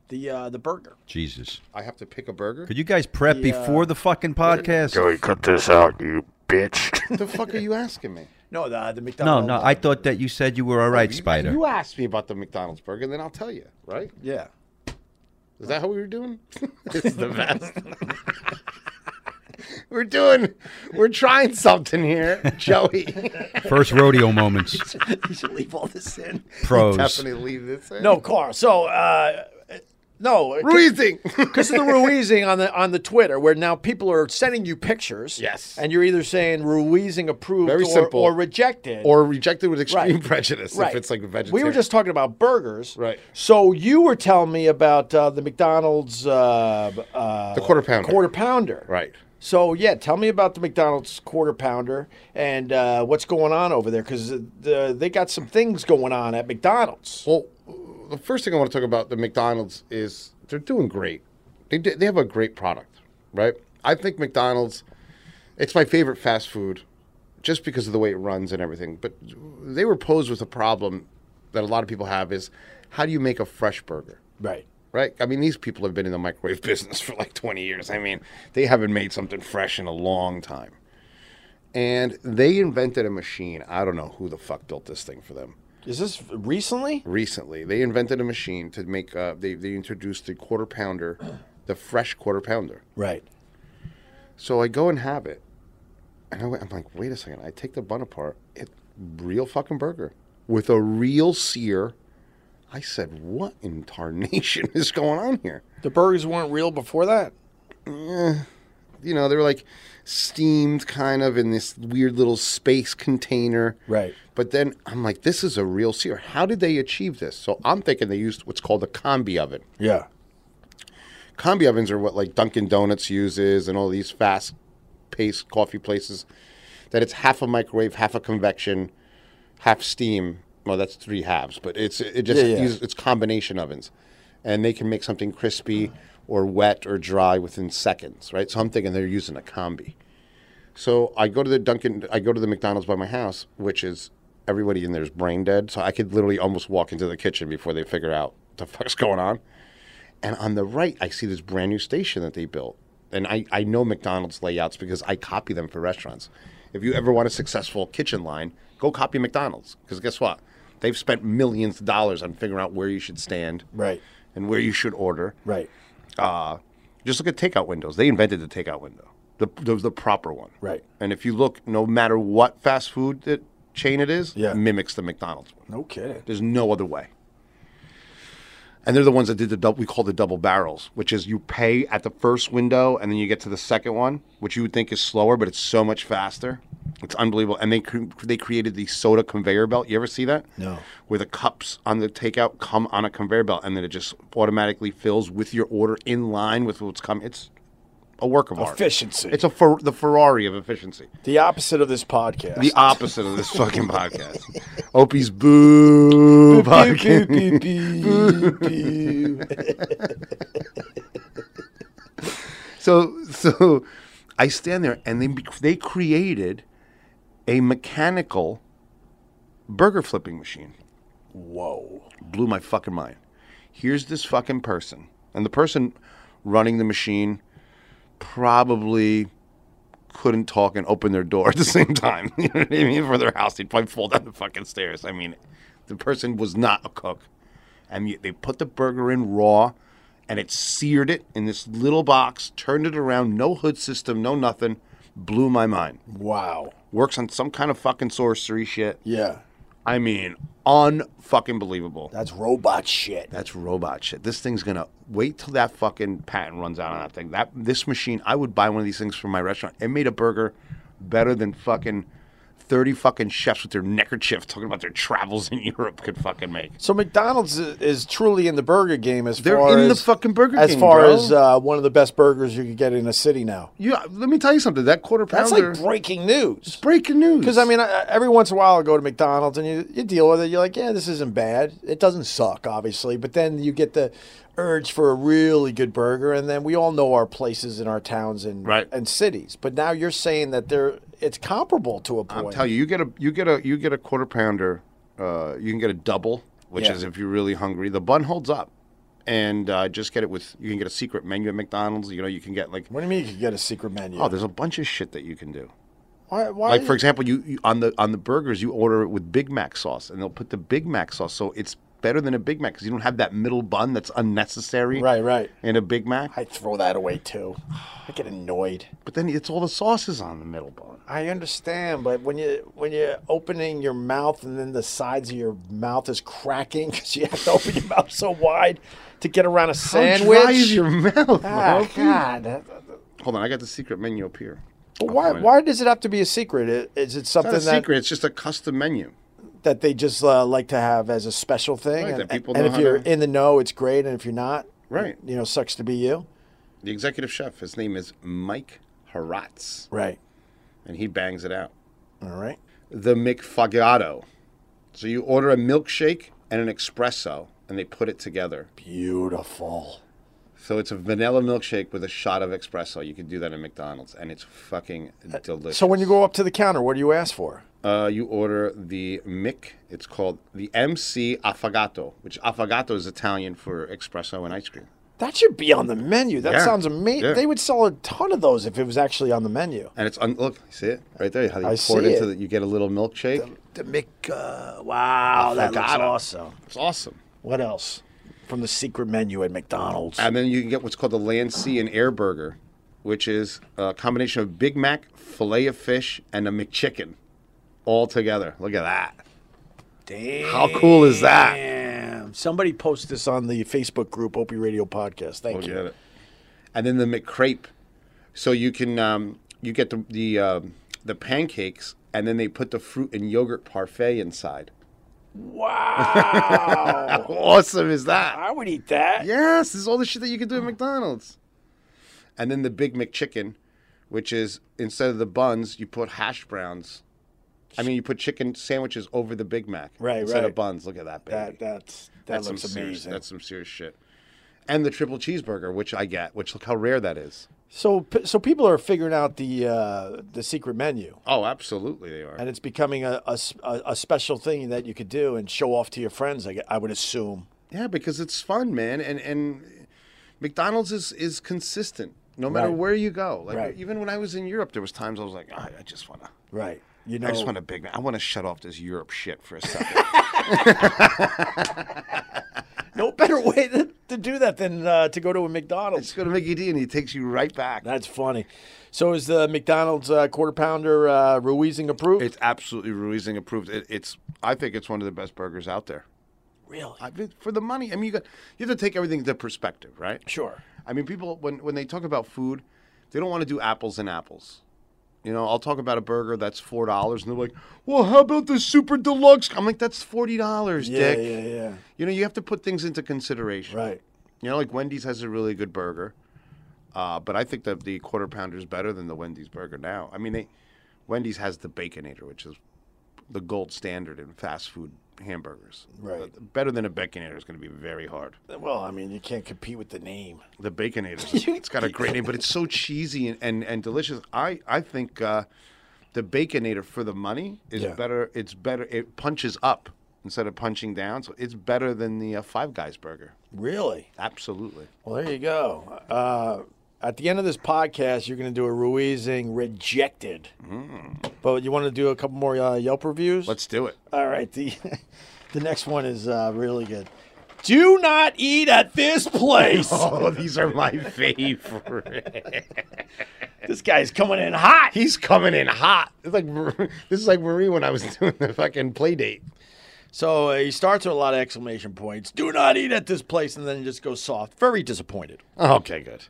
Speaker 1: the uh, the burger.
Speaker 3: Jesus.
Speaker 2: I have to pick a burger?
Speaker 3: Could you guys prep
Speaker 1: The, uh,
Speaker 3: before the fucking podcast?
Speaker 4: Joey, cut this out, you bitch.
Speaker 2: What the fuck are you asking me?
Speaker 1: No, the the
Speaker 3: No,
Speaker 1: McDonald's.
Speaker 3: no. I thought that you said you were all right,
Speaker 2: You-
Speaker 3: Spider.
Speaker 2: You asked me about the McDonald's burger, then I'll tell you, right?
Speaker 1: yeah.
Speaker 2: Is that how we were doing? it's the best. we're doing, we're trying something here, Joey.
Speaker 3: First rodeo moments.
Speaker 1: you should leave all this in.
Speaker 3: Pros.
Speaker 2: Definitely leave this in.
Speaker 1: No, Carl. So uh, no,
Speaker 2: Ruizing.
Speaker 1: because of the Ruizing on the on the Twitter, where now people are sending you pictures.
Speaker 2: Yes.
Speaker 1: and you're either saying Ruizing approved
Speaker 2: Very
Speaker 1: or,
Speaker 2: simple.
Speaker 1: or rejected.
Speaker 2: or rejected with extreme
Speaker 1: Right.
Speaker 2: prejudice
Speaker 1: Right.
Speaker 2: if it's like vegetarian.
Speaker 1: we were just talking about burgers.
Speaker 2: Right.
Speaker 1: So you were telling me about uh, the McDonald's uh, uh,
Speaker 2: the quarter pounder.
Speaker 1: quarter pounder.
Speaker 2: Right.
Speaker 1: So yeah, tell me about the McDonald's quarter pounder and uh, what's going on over there because the, they got some things going on at McDonald's.
Speaker 2: Well, the first thing I want to talk about the McDonald's is they're doing great. They do, they have a great product, right? I think McDonald's it's my favorite fast food just because of the way it runs and everything. But they were posed with a problem that a lot of people have is how do you make a fresh burger?
Speaker 1: Right.
Speaker 2: Right? I mean, these people have been in the microwave business for like 20 years. I mean, they haven't made something fresh in a long time. And they invented a machine. I don't know who the fuck built this thing for them
Speaker 1: Is this recently?
Speaker 2: recently. They invented a machine to make. Uh, they they introduced the quarter pounder, the fresh quarter pounder.
Speaker 1: Right.
Speaker 2: So I go and have it, and I went, I'm like, wait a second. I take the bun apart. It real fucking burger with a real sear. I said, what in tarnation is going on here?
Speaker 1: The burgers weren't real before that.
Speaker 2: You know, they were like steamed kind of in this weird little space container.
Speaker 1: Right.
Speaker 2: But then I'm like, this is a real sear. How did they achieve this? So I'm thinking they used what's called a combi oven.
Speaker 1: Yeah.
Speaker 2: combi ovens are what like Dunkin' Donuts uses and all these fast paced coffee places. That it's half a microwave, half a convection, half steam. Well, that's three halves, but it's it just
Speaker 1: Yeah, yeah.
Speaker 2: uses- it's combination ovens, and they can make something crispy or wet or dry within seconds, right? So I'm thinking they're using a combi. So I go to the Dunkin', I go to the McDonald's by my house, which is everybody in there is brain dead. So I could literally almost walk into the kitchen before they figure out what the fuck's going on. And on the right, I see this brand new station that they built. And I, I know McDonald's layouts because I copy them for restaurants. If you ever want a successful kitchen line, go copy McDonald's. Because guess what? They've spent millions of dollars on figuring out where you should stand
Speaker 1: Right.
Speaker 2: and where you should order.
Speaker 1: Right.
Speaker 2: Uh, just look at takeout windows. They invented the takeout window, the, the, the proper one.
Speaker 1: Right.
Speaker 2: And if you look, no matter what fast food it, chain it is,
Speaker 1: Yeah.
Speaker 2: mimics the McDonald's one.
Speaker 1: No kidding.
Speaker 2: There's no other way. and they're the ones that did the double. We call the double barrels, which is you pay at the first window and then you get to the second one, which you would think is slower, but it's so much faster. It's unbelievable. And they cre- they created the soda conveyor belt. You ever see that?
Speaker 1: No.
Speaker 2: Where the cups on the takeout come on a conveyor belt, and then it just automatically fills with your order in line with what's come. It's a work of art.
Speaker 1: Efficiency.
Speaker 2: It's a fer- the Ferrari of efficiency.
Speaker 1: the opposite of this podcast.
Speaker 2: The opposite of this fucking podcast. Opie's boo
Speaker 1: Pew,
Speaker 2: podcast.
Speaker 1: pew, pew, pew, pew.
Speaker 2: So so I stand there and they they created a mechanical burger flipping machine.
Speaker 1: Whoa.
Speaker 2: Blew my fucking mind. Here's this fucking person. And the person running the machine probably couldn't talk and open their door at the same time. You know what I mean? For their house, they'd probably fall down the fucking stairs. I mean, the person was not a cook, and you- they put the burger in raw, and it seared it in this little box, turned it around, no hood system, no nothing. Blew my mind.
Speaker 1: Wow.
Speaker 2: Works on some kind of fucking sorcery shit.
Speaker 1: Yeah.
Speaker 2: I mean, unfucking believable.
Speaker 1: That's robot shit.
Speaker 2: That's robot shit. This thing's gonna wait till that fucking patent runs out on that thing. That this machine, I would buy one of these things for my restaurant. It made a burger better than fucking thirty fucking chefs with their neckerchief talking about their travels in Europe could fucking make.
Speaker 1: So McDonald's i- is truly in the burger game as
Speaker 2: They're
Speaker 1: far
Speaker 2: in the
Speaker 1: as-
Speaker 2: fucking burger
Speaker 1: as
Speaker 2: game,
Speaker 1: far
Speaker 2: bro.
Speaker 1: as uh, one of the best burgers you could get in a city now.
Speaker 2: Yeah, let me tell you something. That quarter
Speaker 1: That's
Speaker 2: pounder.
Speaker 1: like breaking news.
Speaker 2: breaking news.
Speaker 1: Because I mean, I, I- every once in a while, I go to McDonald's and you, you deal with it. You're like, yeah, this isn't bad. It doesn't suck, obviously. But then you get the urge for a really good burger, and then we all know our places and our towns and
Speaker 2: Right.
Speaker 1: and cities. But now you're saying that they're it's comparable to a point.
Speaker 2: I'm telling you, you get a you get a you get a quarter pounder. Uh, you can get a double, which
Speaker 1: Yeah.
Speaker 2: is if you're really hungry. The bun holds up, and uh, just get it with. You can get a secret menu at McDonald's. You know, you can get like.
Speaker 1: what do you mean you could get a secret menu?
Speaker 2: Oh, there's a bunch of shit that you can do.
Speaker 1: why, why
Speaker 2: Like for example, you, you on the on the burgers you order it with Big Mac sauce, and they'll put the Big Mac sauce, so it's better than a Big Mac because you don't have that middle bun that's unnecessary.
Speaker 1: right, right.
Speaker 2: In a Big Mac,
Speaker 1: I throw that away too. I get annoyed.
Speaker 2: but then it's all the sauces on the middle bun.
Speaker 1: I understand, but when you when you're opening your mouth and then the sides of your mouth is cracking because you have to open your mouth so wide to get around a sandwich.
Speaker 2: How dry is your mouth?
Speaker 1: Ah,
Speaker 2: Mark?
Speaker 1: God.
Speaker 2: Hold on, I got the secret menu up here.
Speaker 1: But why
Speaker 2: find it.
Speaker 1: why does it have to be a secret? I- Is it
Speaker 2: It's
Speaker 1: something
Speaker 2: not a
Speaker 1: that
Speaker 2: secret. It's just a custom menu.
Speaker 1: that they just uh, like to have as a special thing?
Speaker 2: Right,
Speaker 1: and
Speaker 2: that people
Speaker 1: and
Speaker 2: know
Speaker 1: if
Speaker 2: how
Speaker 1: you're
Speaker 2: to-
Speaker 1: in the know, it's great, and if you're not,
Speaker 2: Right.
Speaker 1: you know, sucks to be you.
Speaker 2: The executive chef, his name is Mike Haratz,
Speaker 1: Right.
Speaker 2: and he bangs it out.
Speaker 1: All right.
Speaker 2: the McFagato. So you order a milkshake and an espresso, and they put it together.
Speaker 1: Beautiful.
Speaker 2: So it's a vanilla milkshake with a shot of espresso. You can do that in McDonald's, and it's fucking delicious.
Speaker 1: Uh, So when you go up to the counter, what do you ask for?
Speaker 2: uh, you order the Mic, it's called the MC Affagato, which Affagato is Italian for espresso and ice cream.
Speaker 1: That should be on the menu. That
Speaker 2: Yeah.
Speaker 1: sounds amazing.
Speaker 2: Yeah.
Speaker 1: They would sell a ton of those if it was actually on the menu.
Speaker 2: And it's un- look, see it right there? How they
Speaker 1: I
Speaker 2: pour it
Speaker 1: see
Speaker 2: into
Speaker 1: it.
Speaker 2: the, you get a little milkshake.
Speaker 1: The Mick, uh, wow, that looks
Speaker 2: Affogato.
Speaker 1: awesome.
Speaker 2: It's awesome.
Speaker 1: What else from the secret menu at McDonald's?
Speaker 2: And then you can get what's called the Land, Sea, and Air Burger, which is a combination of Big Mac, filet of fish, and a McChicken all together. Look at that.
Speaker 1: Damn.
Speaker 2: How cool is that?
Speaker 1: Somebody post this on the Facebook group Opie Radio Podcast. Thank
Speaker 2: Look
Speaker 1: you.
Speaker 2: at it. And then the McCrape. So you can um, you get the the um, the pancakes, and then they put the fruit and yogurt parfait inside.
Speaker 1: Wow.
Speaker 2: How awesome is that?
Speaker 1: I would eat that.
Speaker 2: Yes, this is all the shit that you can do
Speaker 1: Oh.
Speaker 2: at McDonald's. And then the Big McChicken, which is instead of the buns, you put hash browns. I mean, you put chicken sandwiches over the Big Mac
Speaker 1: Right,
Speaker 2: instead
Speaker 1: right.
Speaker 2: of buns. Look at that, baby.
Speaker 1: That that's that
Speaker 2: That's
Speaker 1: looks
Speaker 2: some
Speaker 1: amazing.
Speaker 2: Serious, that's some serious shit. And the triple cheeseburger, which I get, which look how rare that is.
Speaker 1: so p- so people are figuring out the uh, the secret menu.
Speaker 2: Oh, absolutely, they are.
Speaker 1: And it's becoming a, a s- a- a special thing that you could do and show off to your friends, I, gu- I would assume.
Speaker 2: Yeah, because it's fun, man, and and McDonald's is is consistent no matter
Speaker 1: Right.
Speaker 2: where you go. Like
Speaker 1: Right.
Speaker 2: even when I was in Europe, there was times I was like, "Ah, I just wanna.
Speaker 1: Right. You know,
Speaker 2: I just want a big. I want to shut off this Europe shit for a second.
Speaker 1: no better way to, to do that than uh, to go to a McDonald's.
Speaker 2: Let's go to Mickey D, and he takes you right back.
Speaker 1: That's funny. So is the McDonald's uh, quarter pounder uh, Ruizing approved?
Speaker 2: It's absolutely Ruizing approved. It, it's. I think it's one of the best burgers out there.
Speaker 1: Really?
Speaker 2: I mean, for the money, I mean, you got you have to take everything into perspective, right?
Speaker 1: Sure.
Speaker 2: I mean, people when when they talk about food, they don't want to do apples and apples. You know, I'll talk about a burger that's four dollars, and they're like, "Well, how about the super deluxe?" I'm like, "That's forty dollars,
Speaker 1: Yeah,
Speaker 2: Dick."
Speaker 1: yeah, yeah.
Speaker 2: You know, you have to put things into consideration.
Speaker 1: Right.
Speaker 2: You know, like Wendy's has a really good burger, uh, but I think that the quarter pounder is better than the Wendy's burger now. I mean, they Wendy's has the Baconator, which is the gold standard in fast food hamburgers. Uh,
Speaker 1: Right.
Speaker 2: Better than a Baconator is going to be very hard.
Speaker 1: Well, I mean, you can't compete with the name.
Speaker 2: The Baconator. it's got a great name, but it's so cheesy and, and, and delicious. I, I think uh, the Baconator for the money is
Speaker 1: Yeah.
Speaker 2: better. It's better. It punches up instead of punching down. So it's better than the uh, Five Guys burger.
Speaker 1: Really?
Speaker 2: Absolutely.
Speaker 1: Well, there you go. Uh, at the end of this podcast, you're going to do a Ruizing rejected. But you want to do a couple more uh, Yelp reviews?
Speaker 2: Let's do it.
Speaker 1: All right. The the next one is uh, really good. Do not eat at this place.
Speaker 2: Oh, these are my favorite.
Speaker 1: This guy's coming in hot.
Speaker 2: He's coming in hot. It's like Mar- this is like Marie when I was doing the fucking play date.
Speaker 1: So uh, he starts with a lot of exclamation points. Do not eat at this place, and then he just goes soft. Very disappointed.
Speaker 2: Okay, good.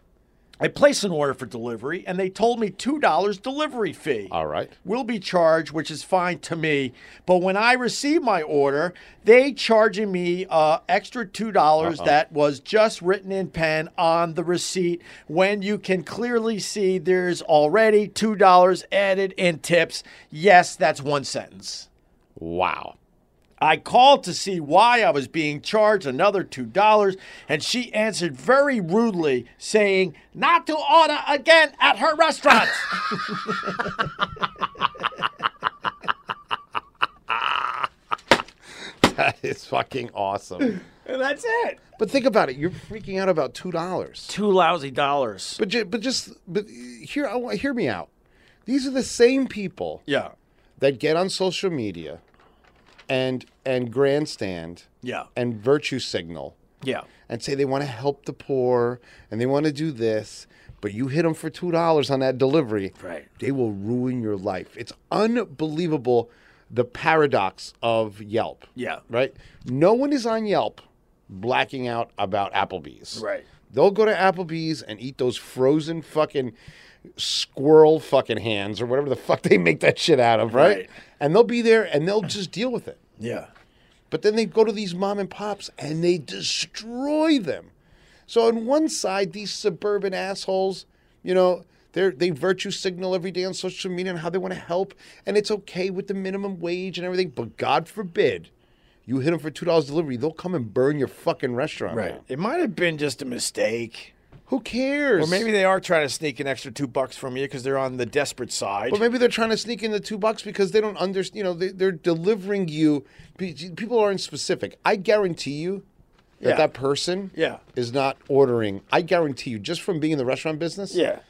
Speaker 1: I placed an order for delivery, and they told me two dollars delivery fee.
Speaker 2: All right.
Speaker 1: will be charged, which is fine to me. But when I receive my order, they charging me uh, extra two dollars that was just written in pen on the receipt. When you can clearly see there's already two dollars added in tips. Yes, that's one sentence.
Speaker 2: Wow.
Speaker 1: I called to see why I was being charged another $2, and she answered very rudely, saying, Not to order again at her restaurant.
Speaker 2: That is fucking awesome.
Speaker 1: and that's it.
Speaker 2: But think about it. You're freaking out about two dollars.
Speaker 1: Two lousy dollars.
Speaker 2: But ju- but just but here I want hear me out. These are the same people
Speaker 1: Yeah.
Speaker 2: that get on social media and and grandstand
Speaker 1: Yeah.
Speaker 2: and virtue signal
Speaker 1: Yeah.
Speaker 2: and say they want to help the poor and they want to do this, but you hit them for two dollars on that delivery,
Speaker 1: Right.
Speaker 2: They will ruin your life. It's unbelievable the paradox of Yelp.
Speaker 1: Yeah.
Speaker 2: Right? No one is on Yelp blacking out about Applebee's.
Speaker 1: Right.
Speaker 2: They'll go to Applebee's and eat those frozen fucking squirrel fucking hands or whatever the fuck they make that shit out of,
Speaker 1: Right.
Speaker 2: right? And they'll be there and they'll just deal with it.
Speaker 1: Yeah.
Speaker 2: But then they go to these mom and pops and they destroy them. So on one side, these suburban assholes, you know, they they virtue signal every day on social media and how they want to help, and it's okay with the minimum wage and everything. But God forbid, you hit them for two dollars delivery, they'll come and burn your fucking restaurant. down.
Speaker 1: It might have been just a mistake.
Speaker 2: Who cares?
Speaker 1: Or maybe they are trying to sneak an extra two bucks from you because they're on the desperate side.
Speaker 2: But maybe they're trying to sneak in the two bucks because they don't understand. You know, they, they're delivering you. pe- People aren't specific. I guarantee you that
Speaker 1: Yeah.
Speaker 2: that person
Speaker 1: Yeah.
Speaker 2: is not ordering. I guarantee you, just from being in the restaurant business,
Speaker 1: yeah.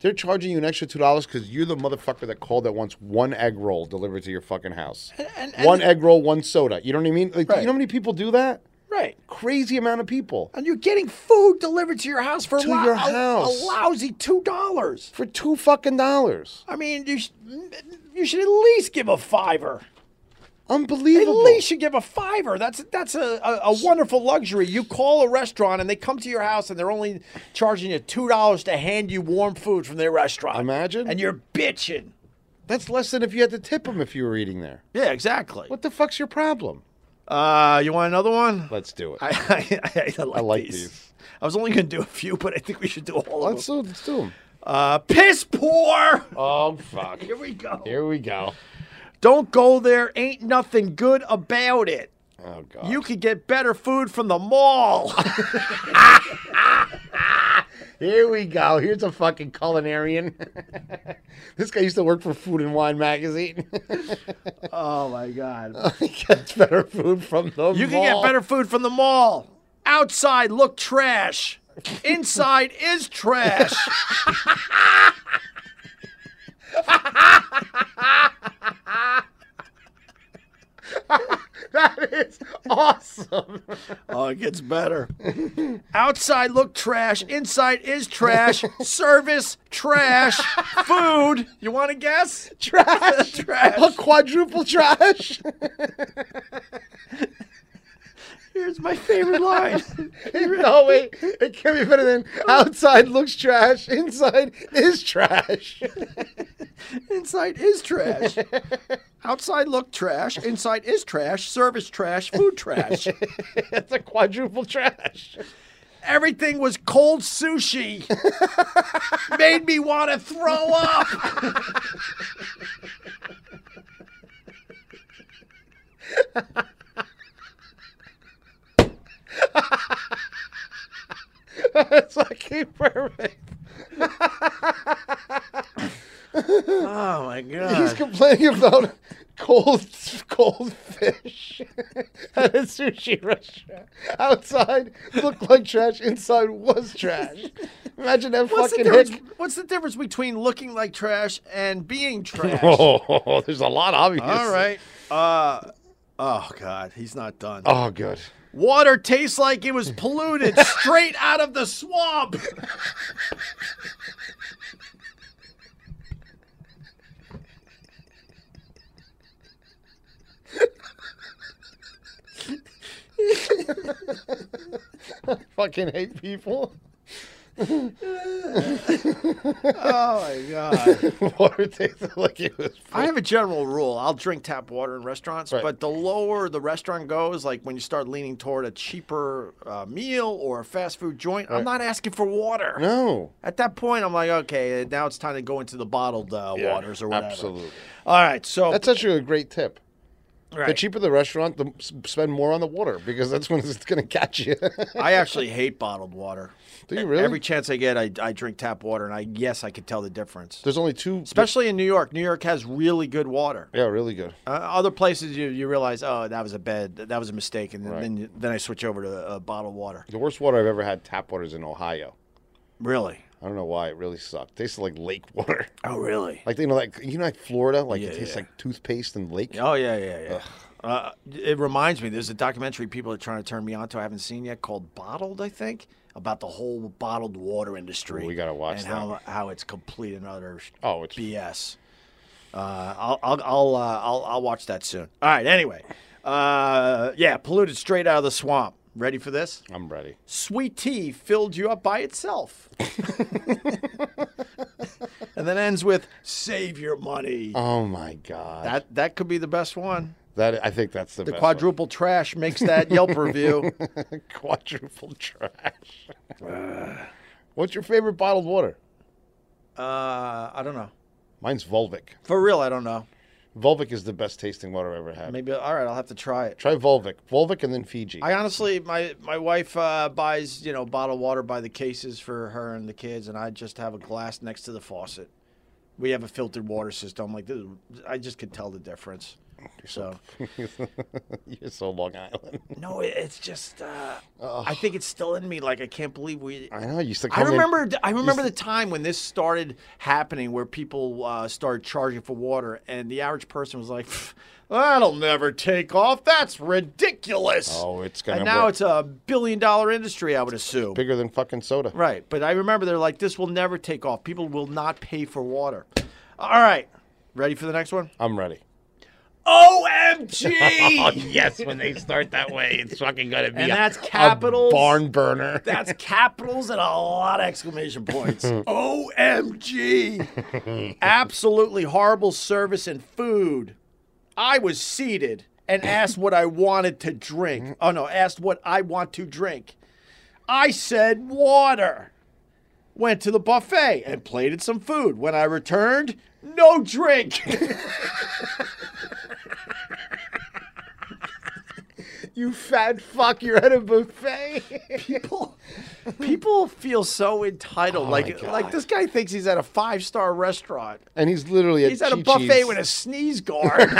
Speaker 2: they're charging you an extra two dollars because you're the motherfucker that called that wants one egg roll delivered to your fucking house.
Speaker 1: and-
Speaker 2: one egg roll, one soda. You know what I mean? Like,
Speaker 1: Right.
Speaker 2: You know how many people do that?
Speaker 1: Right.
Speaker 2: Crazy amount of people
Speaker 1: And you're getting food delivered to your house for
Speaker 2: To
Speaker 1: a, lou-
Speaker 2: your
Speaker 1: a-
Speaker 2: house.
Speaker 1: a lousy two dollars.
Speaker 2: for two fucking dollars.
Speaker 1: I mean, you, sh- you should at least give a fiver. At
Speaker 2: Unbelievable.
Speaker 1: least you give a fiver. That's that's a, a, a wonderful luxury. You call a restaurant and they come to your house and they're only charging you two dollars to hand you warm food from their restaurant.
Speaker 2: Imagine.
Speaker 1: And you're bitching.
Speaker 2: That's less than if you had to tip them if you were eating there.
Speaker 1: Yeah, exactly.
Speaker 2: What the fuck's your problem?
Speaker 1: Uh, you want another one?
Speaker 2: Let's do it.
Speaker 1: I, I, I, like,
Speaker 2: like
Speaker 1: these.
Speaker 2: these.
Speaker 1: I was only going to do a few, but I think we should do all of
Speaker 2: Let's
Speaker 1: them.
Speaker 2: do, let's do 'em.
Speaker 1: Uh, piss poor.
Speaker 2: Oh fuck!
Speaker 1: Here we go.
Speaker 2: Here we go.
Speaker 1: Don't go there. Ain't nothing good about it.
Speaker 2: Oh god!
Speaker 1: You could get better food from the mall.
Speaker 2: Here we go. Here's a fucking culinarian. this guy used to work for Food and Wine magazine.
Speaker 1: oh my god.
Speaker 2: he gets better food from the
Speaker 1: You can get
Speaker 2: mall.
Speaker 1: better food from the mall. Outside look trash. Inside is trash.
Speaker 2: That is awesome.
Speaker 1: oh, it gets better. Outside look trash. Inside is trash. Service trash. Food. You want to guess?
Speaker 2: trash,
Speaker 1: Trash.
Speaker 2: a quadruple trash.
Speaker 3: Here's my favorite line.
Speaker 2: no way. It can't be better than outside looks trash, inside is trash.
Speaker 1: Inside is trash. Outside look trash. Inside is trash. Service trash. Food trash.
Speaker 2: it's a quadruple trash.
Speaker 1: Everything was cold sushi. Made me want to throw up.
Speaker 2: That's fucking perfect.
Speaker 1: Oh my
Speaker 2: He's
Speaker 1: god.
Speaker 2: complaining about cold, cold fish at a sushi restaurant. Outside looked like trash. Inside was trash. Imagine that
Speaker 1: What's the,
Speaker 2: fucking
Speaker 1: difference,
Speaker 2: hick.
Speaker 1: what's the difference between looking like trash and being trash?
Speaker 2: Oh, there's a lot obvious.
Speaker 1: All right. Uh oh god, he's not done.
Speaker 2: Oh, good.
Speaker 1: Water tastes like it was polluted straight out of the swamp.
Speaker 2: Fucking hate people.
Speaker 1: Oh my god.
Speaker 2: Water tasted like it was.
Speaker 1: I have a general rule. I'll drink tap water in restaurants,
Speaker 2: Right.
Speaker 1: but the lower the restaurant goes, like when you start leaning toward a cheaper uh, meal or a fast food joint, I'm not asking for water.
Speaker 2: No.
Speaker 1: At that point, I'm like, okay, now it's time to go into the bottled uh, waters or whatever.
Speaker 2: Absolutely.
Speaker 1: All right, so
Speaker 2: That's actually a great tip.
Speaker 1: right.
Speaker 2: The cheaper the restaurant, the s- spend more on the water because that's when it's going to catch you.
Speaker 1: I actually hate bottled water.
Speaker 2: Do you really?
Speaker 1: Every chance I get, I, I drink tap water, and I yes, I could tell the difference.
Speaker 2: There's only two.
Speaker 1: Especially in New York. New York has really good water.
Speaker 2: yeah, really good.
Speaker 1: Uh, other places, you, you realize, oh, that was a bed, that was a mistake, and
Speaker 2: Right.
Speaker 1: then then I switch over to uh, bottled water.
Speaker 2: The worst water I've ever had tap water is in Ohio.
Speaker 1: Really?
Speaker 2: I don't know why it really sucked. Tasted like lake water.
Speaker 1: Oh, really?
Speaker 2: Like you know, like you know, like Florida, like
Speaker 1: Yeah,
Speaker 2: it tastes
Speaker 1: yeah.
Speaker 2: like toothpaste and lake.
Speaker 1: Oh, yeah, yeah, yeah. Uh, it reminds me. There's a documentary people are trying to turn me on to. I haven't seen yet called Bottled, I think, about the whole bottled water industry.
Speaker 2: Ooh, we gotta watch
Speaker 1: and
Speaker 2: that.
Speaker 1: how how it's complete and utter sh-
Speaker 2: Oh, it's
Speaker 1: BS. Uh, I'll I'll I'll, uh, I'll I'll watch that soon. All right. Anyway, uh, yeah, polluted straight out of the swamp. Ready for this?
Speaker 2: I'm ready.
Speaker 1: Sweet tea filled you up by itself. and then ends with save your money.
Speaker 2: Oh my god.
Speaker 1: That that could be the best one.
Speaker 2: that I think that's the,
Speaker 1: The
Speaker 2: best
Speaker 1: quadruple trash makes that Yelp review.
Speaker 2: one. quadruple trash. What's your favorite bottled water?
Speaker 1: Uh, I don't know.
Speaker 2: Mine's Volvic.
Speaker 1: For real, I don't know.
Speaker 2: Volvic is the best tasting water I've ever had.
Speaker 1: Maybe all right. I'll have to try it.
Speaker 2: Try Volvic. Volvic and then Fiji.
Speaker 1: I honestly, my my wife uh, buys you know bottled water by the cases for her and the kids, and I just have a glass next to the faucet. We have a filtered water system. Like this, I just could tell the difference. So
Speaker 2: You're so Long Island.
Speaker 1: no, it, it's just uh, I think it's still in me. Like I can't believe we.
Speaker 2: I know. You used to
Speaker 1: I
Speaker 2: come in-
Speaker 1: remember. I remember the time when this started happening, where people uh, started charging for water, and the average person was like, "Pff, "That'll never take off. That's ridiculous."
Speaker 2: oh, it's gonna.
Speaker 1: and now
Speaker 2: work.
Speaker 1: it's a billion-dollar industry, I would assume.
Speaker 2: bigger than fucking soda.
Speaker 1: Right, but I remember they're like, "This will never take off. People will not pay for water." All right, ready for the next one?
Speaker 2: I'm ready.
Speaker 1: OMG!
Speaker 2: yes, when they start that way, it's fucking gonna be
Speaker 1: And a- that's a capitals. barn
Speaker 2: burner.
Speaker 1: That's capitals and a lot of exclamation points. OMG! Absolutely horrible service and food. I was seated and asked what I wanted to drink. Oh, no, asked what I want to drink. I said water. Went to the buffet and plated some food. When I returned, no drink.
Speaker 2: you fat fuck, you're at a buffet.
Speaker 1: people people feel so entitled. like
Speaker 2: Oh God.
Speaker 1: like this guy thinks he's at a five-star restaurant.
Speaker 2: and he's literally at
Speaker 1: He's at a
Speaker 2: Chi-Chi's.
Speaker 1: buffet with a sneeze guard,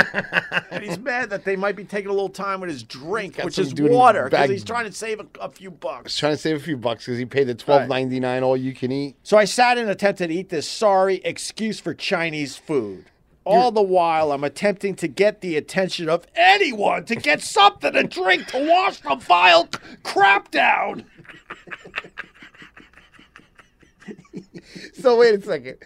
Speaker 1: and he's mad that they might be taking a little time with his drink,
Speaker 2: got
Speaker 1: which
Speaker 2: some
Speaker 1: is
Speaker 2: dude in
Speaker 1: water, because
Speaker 2: bag-
Speaker 1: he's trying to save a, a few bucks.
Speaker 2: trying to save a few bucks because he paid the twelve ninety nine all you can eat.
Speaker 1: So I sat and attempted to eat this sorry excuse for Chinese food. All the while, I'm attempting to get the attention of anyone to get something to drink to wash the vile c- crap down.
Speaker 2: So wait a second.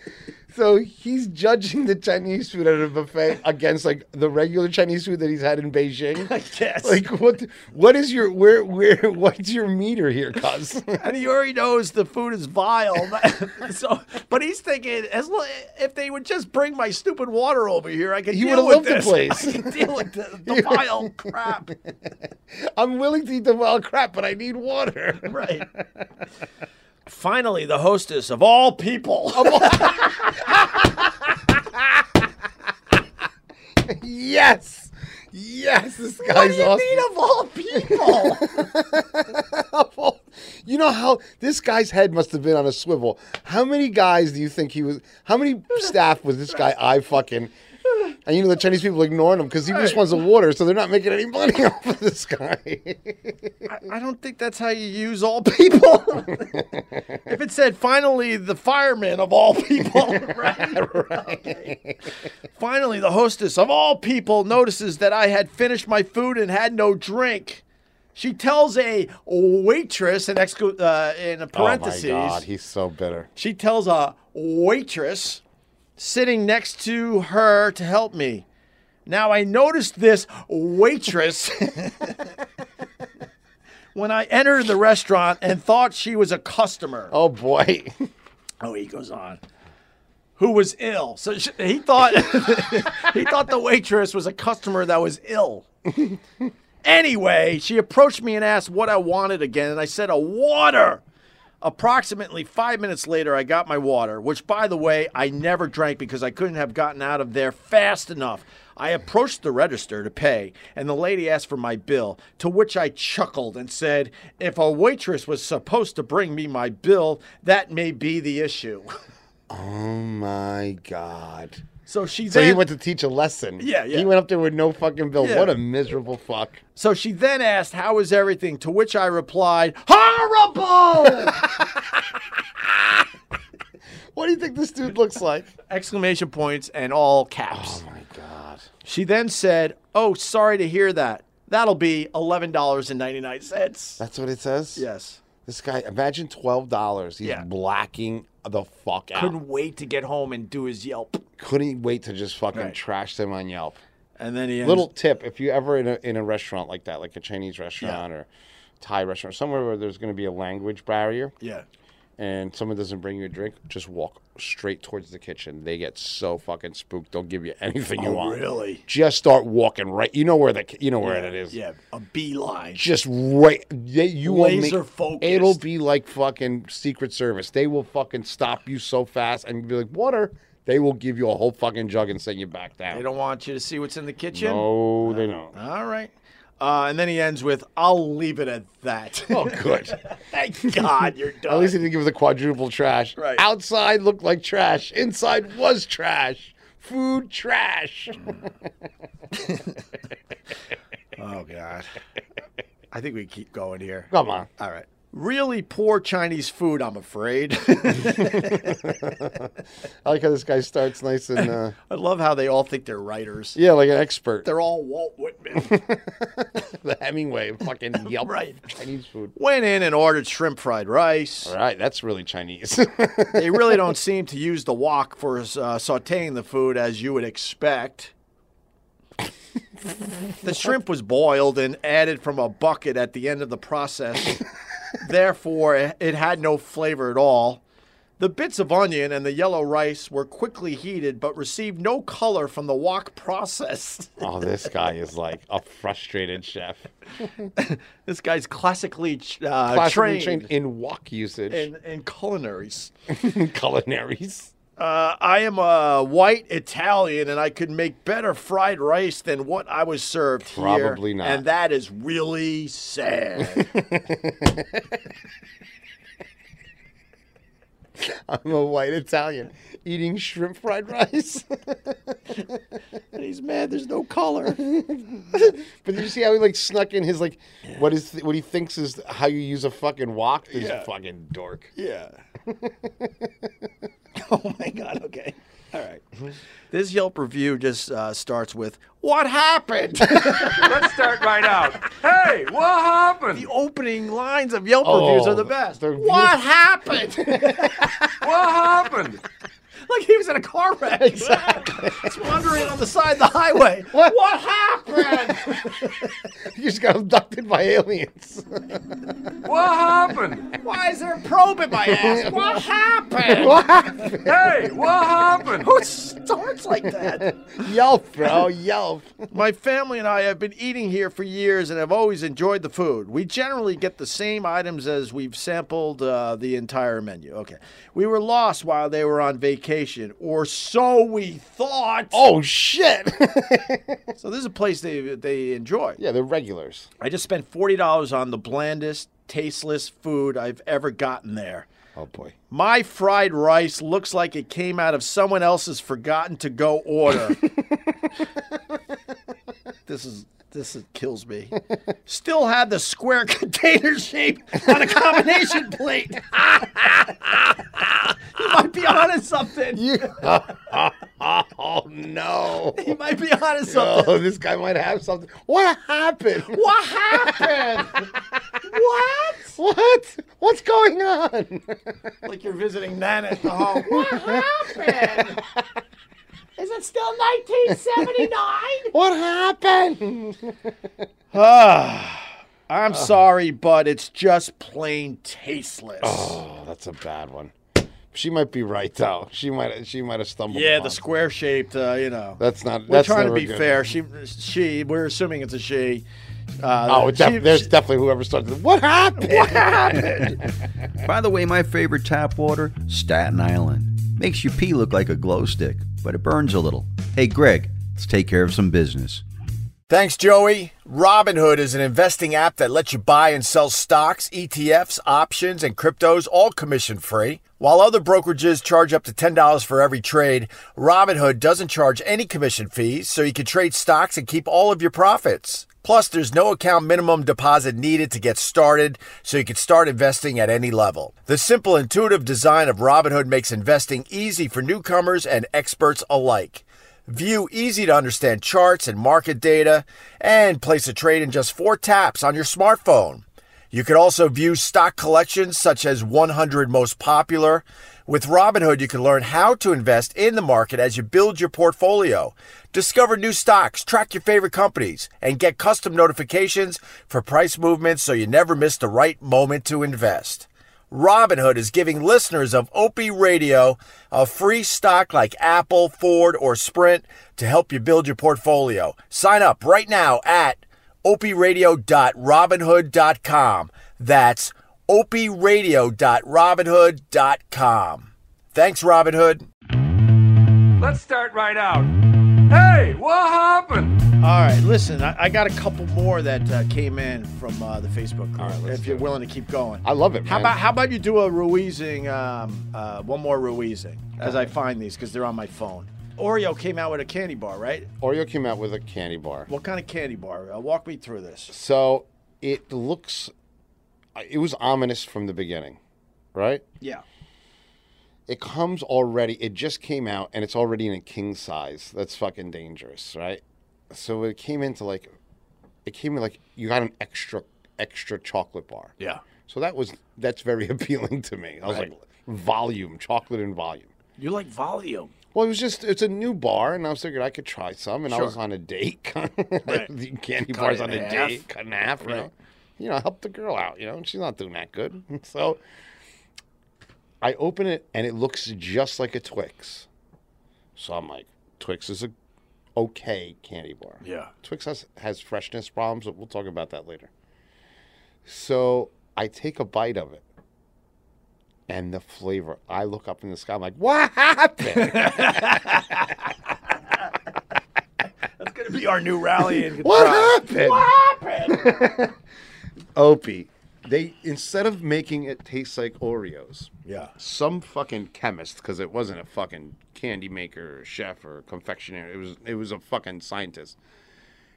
Speaker 2: So he's judging the Chinese food at a buffet against like the regular Chinese food that he's had in Beijing.
Speaker 1: I guess.
Speaker 2: Like what? What is your where where? What's your meter here, cuz?
Speaker 1: and he already knows the food is vile. so, but he's thinking, as lo- if they would just bring my stupid water over here, I could
Speaker 2: He
Speaker 1: deal
Speaker 2: would've loved
Speaker 1: with
Speaker 2: the
Speaker 1: this.
Speaker 2: place.
Speaker 1: I could deal with the, the vile crap.
Speaker 2: I'm willing to eat the wild crap, but I need water.
Speaker 1: Right. Finally, the hostess of all people.
Speaker 2: Yes. Yes, this
Speaker 1: what
Speaker 2: guy's
Speaker 1: do you
Speaker 2: awesome.
Speaker 1: mean of all people?
Speaker 2: you know how this guy's head must have been on a swivel. How many guys do you think he was? How many staff was this guy? I fucking. And you know the Chinese people ignoring him because he just wants the water, so they're not making any money off of this guy.
Speaker 1: I, I don't think that's how you use all people. if it said, finally, the fireman of all people, right? Okay. Finally, the hostess of all people notices that I had finished my food and had no drink. She tells a waitress, an excu- uh, in a
Speaker 2: Oh
Speaker 1: parentheses,
Speaker 2: he's so bitter.
Speaker 1: she tells a waitress sitting next to her to help me. Now I noticed this waitress when I entered the restaurant and thought she was a customer.
Speaker 2: Oh boy,
Speaker 1: Oh, he goes on. Who was ill? So sh he thought he thought the waitress was a customer that was ill. anyway, she approached me and asked what I wanted again, and I said a water. Approximately five minutes later, I got my water, which, by the way, I never drank because I couldn't have gotten out of there fast enough. I approached the register to pay, and the lady asked for my bill, to which I chuckled and said, If a waitress was supposed to bring me my bill, that may be the issue.
Speaker 2: oh my god.
Speaker 1: So she
Speaker 2: So
Speaker 1: then,
Speaker 2: he went to teach a lesson.
Speaker 1: Yeah, yeah.
Speaker 2: He went up there with no fucking bill.
Speaker 1: Yeah.
Speaker 2: What a miserable fuck.
Speaker 1: so she then asked, How is everything? To which I replied, Horrible!
Speaker 2: What do you think this dude looks like?
Speaker 1: Exclamation points and all caps.
Speaker 2: my god.
Speaker 1: She then said, Oh, sorry to hear that. That'll be $11.99.
Speaker 2: That's what it says.
Speaker 1: Yes.
Speaker 2: This guy, imagine twelve dollars. He's
Speaker 1: Yeah.
Speaker 2: blacking the fuck out.
Speaker 1: Couldn't
Speaker 2: Couldn't,
Speaker 1: wait to get home and do his Yelp.
Speaker 2: wait to just fucking
Speaker 1: Right.
Speaker 2: trash them on Yelp.
Speaker 1: And then he ends,
Speaker 2: Little tip: if you ever in a in a restaurant like that, like a Chinese restaurant or Thai restaurant, somewhere where there's going to be a language barrier,
Speaker 1: Yeah.
Speaker 2: and someone doesn't bring you a drink, just walk straight towards the kitchen. They get so fucking spooked; they'll give you anything you want.
Speaker 1: Oh, Really?
Speaker 2: Just start walking right. You know where the you know where it is.
Speaker 1: Yeah. A beeline.
Speaker 2: just right. They, you won't make.
Speaker 1: Laser focused.
Speaker 2: It'll be like fucking Secret Service. They will fucking stop you so fast and be like, "Water." They will give you a whole fucking jug and send you back
Speaker 1: They
Speaker 2: down.
Speaker 1: don't want you to see what's in the kitchen.
Speaker 2: No, they don't.
Speaker 1: All right. Uh, and then he ends with, I'll leave it at that.
Speaker 2: Oh, good.
Speaker 1: Thank God you're done.
Speaker 2: At least they didn't give us a quadruple trash.
Speaker 1: Right.
Speaker 2: Outside looked like trash. Inside was trash. Food trash.
Speaker 1: Mm. Oh God. I think we keep going here.
Speaker 2: Come on.
Speaker 1: All right. Really poor Chinese food, I'm afraid.
Speaker 2: I like how this guy starts nice and uh,
Speaker 1: I love how they all think they're writers.
Speaker 2: yeah, like an expert.
Speaker 1: They're all Walt Whitman.
Speaker 2: The Hemingway of fucking Yelp
Speaker 1: Right.
Speaker 2: Chinese food.
Speaker 1: Went in and ordered shrimp fried rice.
Speaker 2: All right, that's really Chinese.
Speaker 1: They really don't seem to use the wok for uh, sauteing the food as you would expect. the shrimp was boiled and added from a bucket at the end of the process. Therefore, it had no flavor at all. The bits of onion and the yellow rice were quickly heated but received no color from the wok process.
Speaker 2: oh, this guy is like a frustrated chef.
Speaker 1: this guy's classically uh,
Speaker 2: Classically
Speaker 1: trained,
Speaker 2: trained in wok usage
Speaker 1: in, in culinaries.
Speaker 2: and culinaries.
Speaker 1: Uh, I am a white Italian, and I could make better fried rice than what I was served here.
Speaker 2: Probably not.
Speaker 1: And that is really sad.
Speaker 2: I'm a white Italian eating shrimp fried rice.
Speaker 1: and he's mad. There's no color.
Speaker 2: But did you see how he like snuck in his like what is what he thinks is how you use a fucking wok? This
Speaker 1: Yeah.
Speaker 2: fucking dork.
Speaker 1: yeah. oh my God. Okay. All right. This Yelp review just uh, starts with "What happened?" the
Speaker 5: Let's start right out. Hey, what happened?
Speaker 1: opening lines of Yelp
Speaker 2: Oh,
Speaker 1: reviews are the best.
Speaker 2: they're
Speaker 1: What happened?
Speaker 5: What happened?
Speaker 6: like he was in a car wreck.
Speaker 1: Exactly.
Speaker 6: He's wandering on the side of the highway.
Speaker 2: What?
Speaker 6: what happened?
Speaker 2: You just got abducted by aliens.
Speaker 5: What happened?
Speaker 6: Why is there a probe in my ass? What happened?
Speaker 5: Hey, what happened?
Speaker 6: Who starts like that?
Speaker 2: Yelp, bro. Yelp.
Speaker 1: My family and I have been eating here for years and have always enjoyed the food. We generally get the same items as we've sampled uh, the entire menu. Okay. We were lost while they were on vacation, or so we thought.
Speaker 2: Oh, shit.
Speaker 1: So this is a place they, they enjoy.
Speaker 2: yeah, they're regulars.
Speaker 1: I just spent $40 on the blandest, tasteless food I've ever gotten there.
Speaker 2: Oh, boy.
Speaker 1: My fried rice looks like it came out of someone else's forgotten to go order. this is this is, kills me. Still had the square container shape on a combination plate.
Speaker 6: He might be onto something.
Speaker 2: Oh, no.
Speaker 6: He might be onto something.
Speaker 2: Oh, this guy might have something. What happened?
Speaker 6: What happened? what?
Speaker 2: What? What's going on?
Speaker 6: Like you're visiting Nana at the home. What happened? Is it still 1979?
Speaker 2: What happened?
Speaker 1: I'm sorry, but it's just plain tasteless.
Speaker 2: Oh, that's a bad one. She might be right though. She might she might have stumbled.
Speaker 1: yeah,
Speaker 2: upon
Speaker 1: the
Speaker 2: it.
Speaker 1: square shaped, uh, you know.
Speaker 2: That's not.
Speaker 1: we're
Speaker 2: that's
Speaker 1: trying to
Speaker 2: never
Speaker 1: be
Speaker 2: good.
Speaker 1: fair. She, she, we're assuming it's a she. Uh,
Speaker 2: Oh, it's def-
Speaker 1: she-
Speaker 2: there's
Speaker 1: she-
Speaker 2: definitely whoever started. What happened?
Speaker 3: By the way, my favorite tap water, Staten Island. Makes your pee look like a glow stick, but it burns a little. Hey, Greg, let's take care of some business.
Speaker 7: Thanks, Joey. Robinhood is an investing app that lets you buy and sell stocks, ETFs, options, and cryptos, all commission free. While other brokerages charge up to $10 for every trade, Robinhood doesn't charge any commission fees, so you can trade stocks and keep all of your profits. Plus, there's no account minimum deposit needed to get started, so you can start investing at any level. The simple, intuitive design of Robinhood makes investing easy for newcomers and experts alike. View easy to understand charts and market data, and place a trade in just four taps on your smartphone. You can also view stock collections such as 100 most popular. With Robinhood, you can learn how to invest in the market as you build your portfolio, discover new stocks, track your favorite companies, and get custom notifications for price movements so you never miss the right moment to invest. Robinhood is giving listeners of OP Radio a free stock like Apple, Ford, or Sprint to help you build your portfolio. Sign up right now at opradio.robinhood.com. That's opradio.robinhood.com. Thanks, Robinhood.
Speaker 5: Let's start right out. Hey, what happened?
Speaker 1: All right, listen, I, I got a couple more that uh, came in from uh, the Facebook group.
Speaker 2: right, let's
Speaker 1: if you're
Speaker 2: do it.
Speaker 1: willing to keep going,
Speaker 2: I love it,
Speaker 1: How
Speaker 2: man.
Speaker 1: about how about you do a Ruizing, um, uh, one more Ruizing as I find these because they're on my phone. Oreo came out with a candy bar, right?
Speaker 2: Oreo came out with a candy bar.
Speaker 1: What kind of candy bar? Uh, walk me through this.
Speaker 2: So it looks, it was ominous from the beginning, right?
Speaker 1: Yeah.
Speaker 2: It comes already. It just came out, and it's already in a king size. That's fucking dangerous, right? So it came into like, it came in like you got an extra extra chocolate bar.
Speaker 1: Yeah.
Speaker 2: So that was that's very appealing to me. I was
Speaker 1: Right.
Speaker 2: like, volume, chocolate and volume.
Speaker 6: You like volume.
Speaker 2: Well, it was just it's a new bar, and I was thinking I could try some. And I was on a date. the candy bars
Speaker 6: it
Speaker 2: on
Speaker 6: in
Speaker 2: a
Speaker 6: half.
Speaker 2: date, cut in half. You know, you know, help the girl out. You know, and she's not doing that good. So I open it, and it looks just like a Twix. So I'm like, Twix is a okay candy bar.
Speaker 6: Yeah.
Speaker 2: Twix has, has freshness problems, but we'll talk about that later. So I take a bite of it. And the flavor, I look up in the sky, I'm like, what happened?
Speaker 6: That's going to be our new rallying.
Speaker 2: What happened? What happened? Opie, they, instead of making it taste like Oreos,
Speaker 1: Yeah.
Speaker 2: some fucking chemist, because it wasn't a fucking candy maker or chef or confectioner, it was, it was a fucking scientist,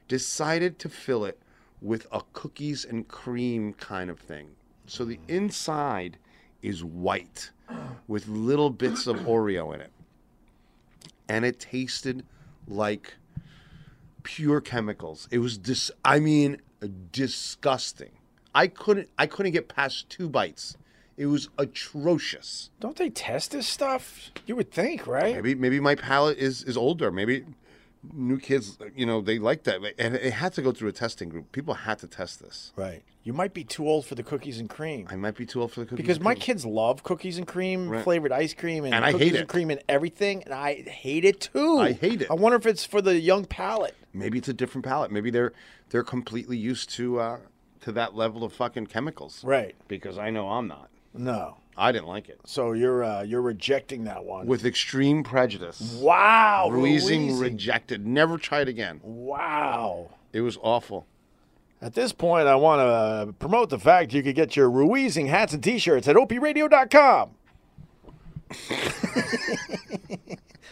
Speaker 2: decided to fill it with a cookies and cream kind of thing. So the inside is white with little bits of Oreo in it. And it tasted like pure chemicals. It was dis I mean disgusting. I couldn't I couldn't get past two bites. It It was atrocious.
Speaker 1: Don't they test this stuff? You would think, right?
Speaker 2: Maybe maybe my palate is is older. Maybe new kids, you know, they like that. And it had to go through a testing group. People had to test this.
Speaker 1: Right. You might be too old for the cookies and cream.
Speaker 2: I might be too old for the cookies.
Speaker 1: because
Speaker 2: and
Speaker 1: my
Speaker 2: cream.
Speaker 1: kids love cookies and cream,
Speaker 2: Right.
Speaker 1: flavored ice cream, and,
Speaker 2: And I hate
Speaker 1: cookies
Speaker 2: it.
Speaker 1: and cream and everything, and I hate it too.
Speaker 2: I hate it.
Speaker 1: I wonder if it's for the young palate.
Speaker 2: maybe it's a different palate. Maybe they're they're completely used to uh, to that level of fucking chemicals.
Speaker 1: Right.
Speaker 2: Because I know I'm not.
Speaker 1: No.
Speaker 2: I didn't like it
Speaker 1: So you're uh, you're rejecting that one.
Speaker 2: with extreme prejudice.
Speaker 1: wow.
Speaker 2: Ruizing,
Speaker 1: Ruizing.
Speaker 2: rejected. Never tried again.
Speaker 1: wow.
Speaker 2: It was awful.
Speaker 1: At this point, I want to uh, promote the fact you could get your Ruizing hats and t-shirts at opradio.com.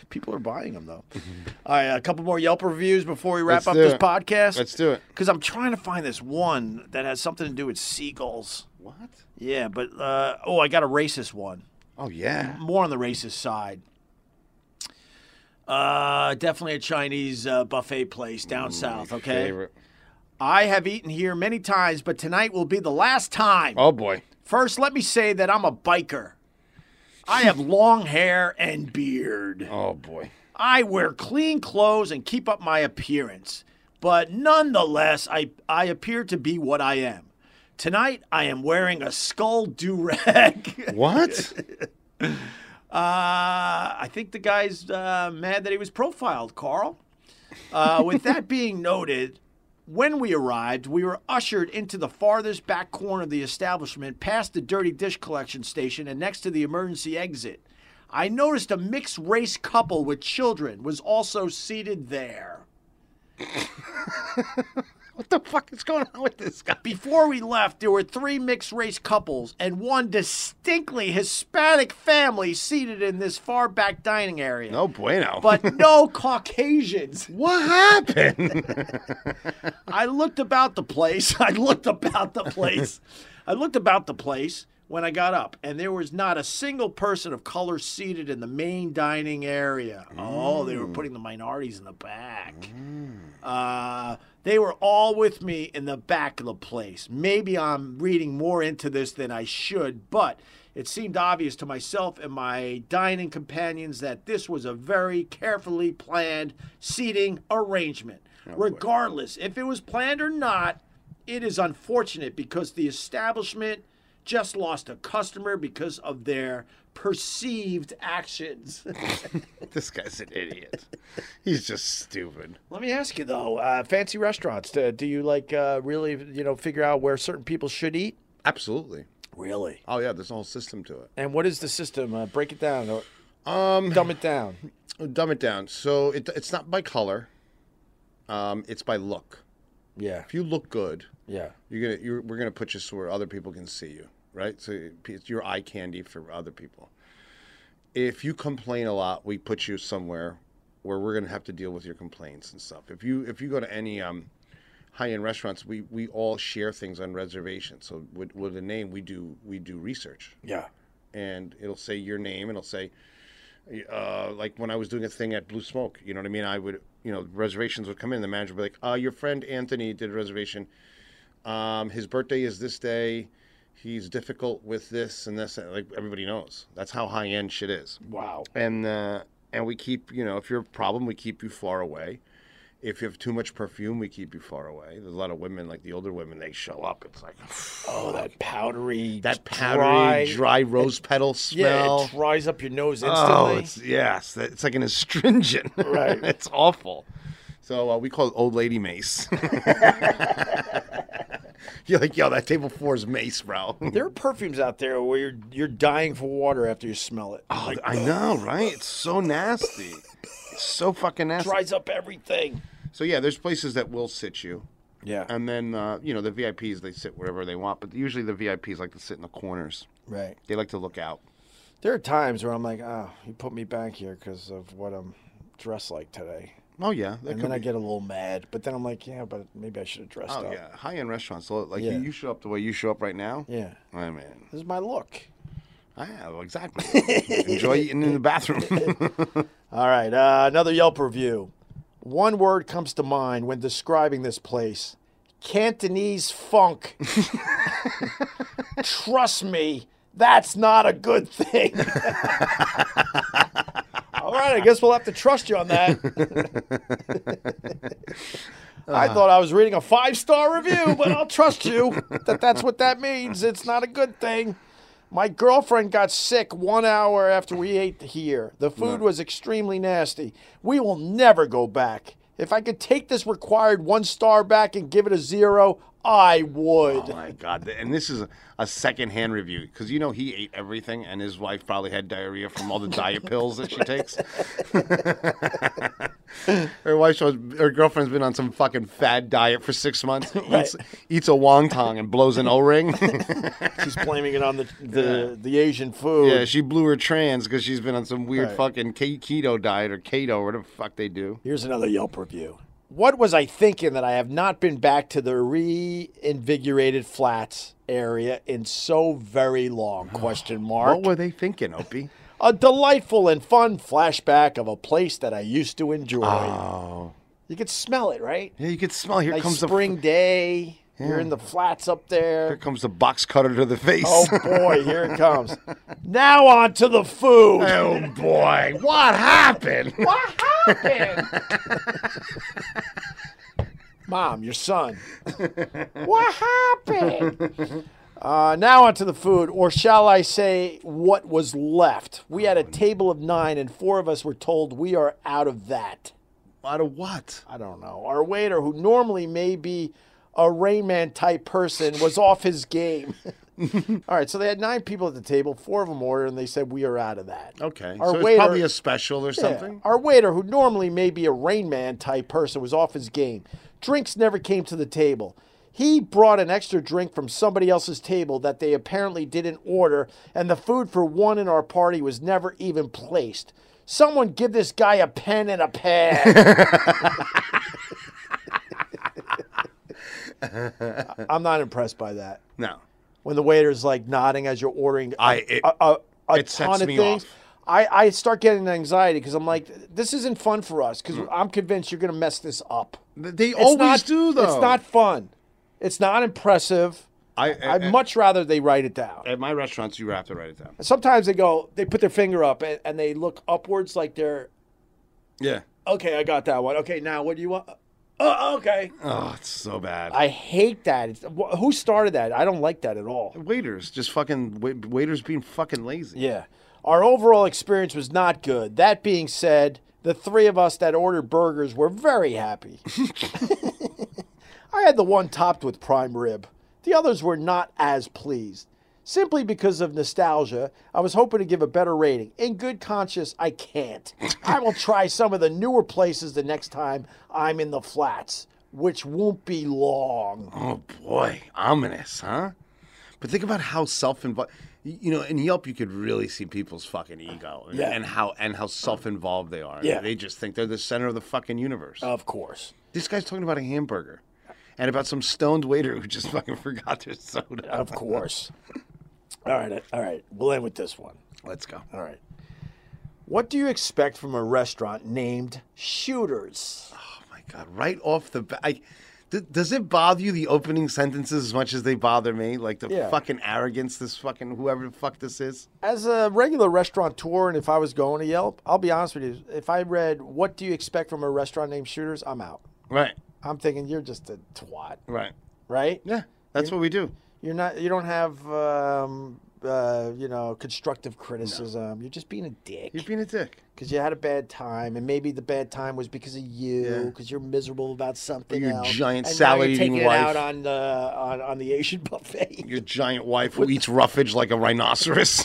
Speaker 1: People are buying them though. Mm-hmm. All right, a couple more Yelp reviews before we wrap
Speaker 2: Let's
Speaker 1: up
Speaker 2: do
Speaker 1: this
Speaker 2: it.
Speaker 1: podcast.
Speaker 2: Let's do it.
Speaker 1: Because I'm trying to find this one that has something to do with seagulls.
Speaker 2: What?
Speaker 1: Yeah, but uh, oh, I got a racist one.
Speaker 2: Oh yeah.
Speaker 1: More on the racist side. Uh, definitely a Chinese uh, buffet place down south. Okay.
Speaker 2: Mm, Favorite.
Speaker 1: I have eaten here many times, but tonight will be the last time.
Speaker 2: Oh boy.
Speaker 1: First, let me say that I'm a biker. I have long hair and beard.
Speaker 2: Oh boy.
Speaker 1: I wear clean clothes and keep up my appearance, but nonetheless, I, I appear to be what I am. Tonight, I am wearing a skull do rag.
Speaker 2: What?
Speaker 1: Uh, I think the guy's uh, mad that he was profiled, Carl. Uh, with that being noted, when we arrived, we were ushered into the farthest back corner of the establishment, past the dirty dish collection station and next to the emergency exit. I noticed a mixed race couple with children was also seated there.
Speaker 2: what the fuck is going on with this guy?
Speaker 1: Before we left, there were three mixed race couples and one distinctly Hispanic family seated in this far back dining area.
Speaker 2: Oh, No bueno.
Speaker 1: but no Caucasians.
Speaker 2: what happened?
Speaker 1: I looked about the place. I looked about the place. I looked about the place when I got up, and there was not a single person of color seated in the main dining area. Oh, they were putting the minorities in the back. Uh, they were all with me in the back of the place. Maybe I'm reading more into this than I should, but it seemed obvious to myself and my dining companions that this was a very carefully planned seating arrangement. Regardless if it was planned or not, it is unfortunate because the establishment just lost a customer because of their perceived actions.
Speaker 2: this guy's an idiot. He's just stupid.
Speaker 1: Let me ask you though, uh, fancy restaurants. Do, do you like uh, really, you know, figure out where certain people should eat?
Speaker 2: Absolutely.
Speaker 1: Really?
Speaker 2: Oh yeah, there's a whole system to it.
Speaker 1: And what is the system? Uh, break it down or um, dumb it down.
Speaker 2: Oh, Dumb it down. So it, it's not by color. Um, it's by look.
Speaker 1: Yeah,
Speaker 2: If you look good,
Speaker 1: yeah,
Speaker 2: you're gonna you're, we're gonna put you so where other people can see you, right? So it's your eye candy for other people. If you complain a lot, we put you somewhere where we're gonna have to deal with your complaints and stuff. If you if you go to any um, high end restaurants, we we all share things on reservations. So with, with a name, we do we do research
Speaker 1: yeah.
Speaker 2: and it'll say your name and it'll say uh, like when I was doing a thing at Blue Smoke, you know what I mean? I would, you know, reservations would come in. The manager would be like, uh, your friend Anthony did a reservation. Um, his birthday is this day. He's difficult with this and this. Like everybody knows. That's how high end shit is.
Speaker 1: Wow.
Speaker 2: And, uh, and we keep, you know, if you're a problem, we keep you far away. If you have too much perfume, we keep you far away. There's a lot of women, like the older women, they show up. It's like
Speaker 1: Oh, that powdery,
Speaker 2: that powdery, dry, rose petal smell.
Speaker 1: Yeah, it dries up your nose
Speaker 2: Oh,
Speaker 1: instantly.
Speaker 2: it's yes, that- it's like an astringent.
Speaker 1: Right.
Speaker 2: it's awful. So uh, we call it old lady mace. You're like, yo, that table four is mace, bro.
Speaker 1: there are perfumes out there where you're you're dying for water after you smell it.
Speaker 2: Oh, I know, right? It's so nasty. It's so fucking nasty.
Speaker 1: dries up everything.
Speaker 2: So yeah, there's places that will sit you,
Speaker 1: Yeah.
Speaker 2: and then uh, you know the VIPs they sit wherever they want, but usually the VIPs like to sit in the corners.
Speaker 1: right.
Speaker 2: They like to look out.
Speaker 1: There are times where I'm like, oh, you put me back here because of what I'm dressed like today.
Speaker 2: Oh yeah, that
Speaker 1: and
Speaker 2: could
Speaker 1: then I
Speaker 2: be-
Speaker 1: get a little mad, but then I'm like, yeah, but maybe I should have dressed
Speaker 2: Oh
Speaker 1: up.
Speaker 2: yeah, high end restaurants. So, like
Speaker 1: Yeah.
Speaker 2: you, you show up the way you show up right now.
Speaker 1: Yeah.
Speaker 2: I mean,
Speaker 1: This is my look.
Speaker 2: I have exactly. Enjoy eating in the bathroom.
Speaker 1: All right, uh, another Yelp review. One word comes to mind when describing this place Cantonese funk. Trust me, That's not a good thing. All right, I guess we'll have to trust you on that. I thought I was reading a five star review, but I'll trust you that that's what that means. It's not a good thing. My girlfriend got sick one hour after we ate here. The food was extremely nasty. We will never go back. If I could take this required one star back and give it a zero, I would.
Speaker 2: Oh my god! th- And this is a, a secondhand review because you know he ate everything, and his wife probably had diarrhea from all the diet pills that she takes. her wife, shows, her girlfriend's been on some fucking fad diet for six months. Eats, eats a wonton and blows an O-ring.
Speaker 1: She's blaming it on the the, the Asian food.
Speaker 2: yeah, she blew her trans because she's been on some weird fucking ke- keto diet or keto, whatever the fuck they do.
Speaker 1: Here's another Yelp review. What was I thinking that I have not been back to the reinvigorated flats area in so very long? Question mark.
Speaker 2: What were they thinking, Opie?
Speaker 1: a delightful and fun flashback of a place that I used to enjoy. You could smell it, right?
Speaker 2: Yeah, you could smell. Oh. Here
Speaker 1: Nice
Speaker 2: comes
Speaker 1: spring day. You're in the flats up
Speaker 2: the
Speaker 1: there.
Speaker 2: here comes the box cutter to the face.
Speaker 1: Oh boy, here it comes. Now on to the food.
Speaker 2: oh boy, what happened?
Speaker 6: What happened?
Speaker 1: Mom, your son.
Speaker 6: what happened?
Speaker 1: Uh, now onto the food, or shall I say, what was left? We had a table of nine, and four of us were told we are out of that.
Speaker 2: Out of what?
Speaker 1: I don't know. Our waiter, who normally may be a Rayman type person, was off his game. All right, so they had nine people at the table. Four of them ordered, and they said we are out of that.
Speaker 2: Okay.
Speaker 1: Our
Speaker 2: so it's
Speaker 1: waiter-
Speaker 2: probably a special or
Speaker 1: Yeah.
Speaker 2: something.
Speaker 1: Our waiter, who normally may be a Rain Man type person, was off his game. Drinks never came to the table. He brought an extra drink from somebody else's table that they apparently didn't order, and the food for one in our party was never even placed. Someone give this guy a pen and a pad. I'm not impressed by that.
Speaker 2: No.
Speaker 1: When the waiter's like nodding as you're ordering
Speaker 2: I it,
Speaker 1: a, a, a
Speaker 2: It
Speaker 1: ton
Speaker 2: sets
Speaker 1: of
Speaker 2: me
Speaker 1: things.
Speaker 2: off.
Speaker 1: I, I start getting anxiety because I'm like, this isn't fun for us because I'm convinced you're going to mess this up.
Speaker 2: they
Speaker 1: It's
Speaker 2: Mm. always
Speaker 1: not-
Speaker 2: do though.
Speaker 1: It's not fun. It's not impressive.
Speaker 2: I, I,
Speaker 1: I'd much rather they write it down.
Speaker 2: at my restaurants you have to write it down.
Speaker 1: Sometimes they go, they put their finger up and, and they look upwards like they're,
Speaker 2: Yeah.
Speaker 1: okay, I got that one. Okay, now what do you want? Oh, okay.
Speaker 2: Oh, it's so bad.
Speaker 1: I hate that. It's, wh- who started that? I don't like that at all.
Speaker 2: waiters just fucking wait, waiters being fucking lazy.
Speaker 1: Yeah. Our overall experience was not good. That being said, the three of us that ordered burgers were very happy. I had the one topped with prime rib. The others were not as pleased. Simply because of nostalgia, I was hoping to give a better rating. In good conscience, I can't. I will try some of the newer places the next time I'm in the flats, which won't be long.
Speaker 2: Oh boy, ominous, huh? But think about how self-involved. You know, in Yelp, you could really see people's fucking ego and,
Speaker 1: Yeah.
Speaker 2: and how and how self-involved they are.
Speaker 1: Yeah.
Speaker 2: they just think they're the center of the fucking universe.
Speaker 1: Of course.
Speaker 2: this guy's talking about a hamburger, and about some stoned waiter who just fucking forgot their soda.
Speaker 1: Of course. all right. All right. We'll end with this one.
Speaker 2: Let's go.
Speaker 1: All right. What do you expect from a restaurant named Shooters?
Speaker 2: Oh my god! Right off the bat, I, d- does it bother you the opening sentences as much as they bother me? Like the
Speaker 1: Yeah.
Speaker 2: fucking arrogance, this fucking whoever the fuck this is.
Speaker 1: As a regular restaurateur, and if I was going to Yelp, I'll be honest with you. If I read, What do you expect from a restaurant named Shooters? I'm out.
Speaker 2: Right,
Speaker 1: I'm thinking, You're just a twat,
Speaker 2: right.
Speaker 1: right?
Speaker 2: Yeah, that's what we do.
Speaker 1: You're not, you don't have, um, uh, you know, constructive criticism. You're just being a dick.
Speaker 2: You're being a dick.
Speaker 1: because you had a bad time, and maybe the bad time was because of you,
Speaker 2: Yeah.
Speaker 1: because you're miserable about something.
Speaker 2: your
Speaker 1: else,
Speaker 2: giant
Speaker 1: and now you're
Speaker 2: salad-eating
Speaker 1: taking
Speaker 2: wife.
Speaker 1: it out on the on, on the Asian buffet.
Speaker 2: Your giant wife who eats roughage like a rhinoceros.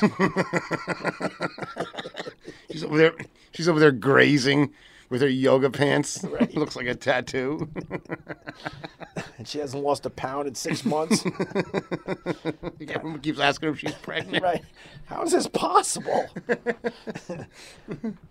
Speaker 2: she's over there. She's over there grazing with her yoga pants. Looks like a tattoo.
Speaker 1: and she hasn't lost a pound in six months.
Speaker 2: Everyone keeps asking her if she's pregnant.
Speaker 1: right? How is this possible? All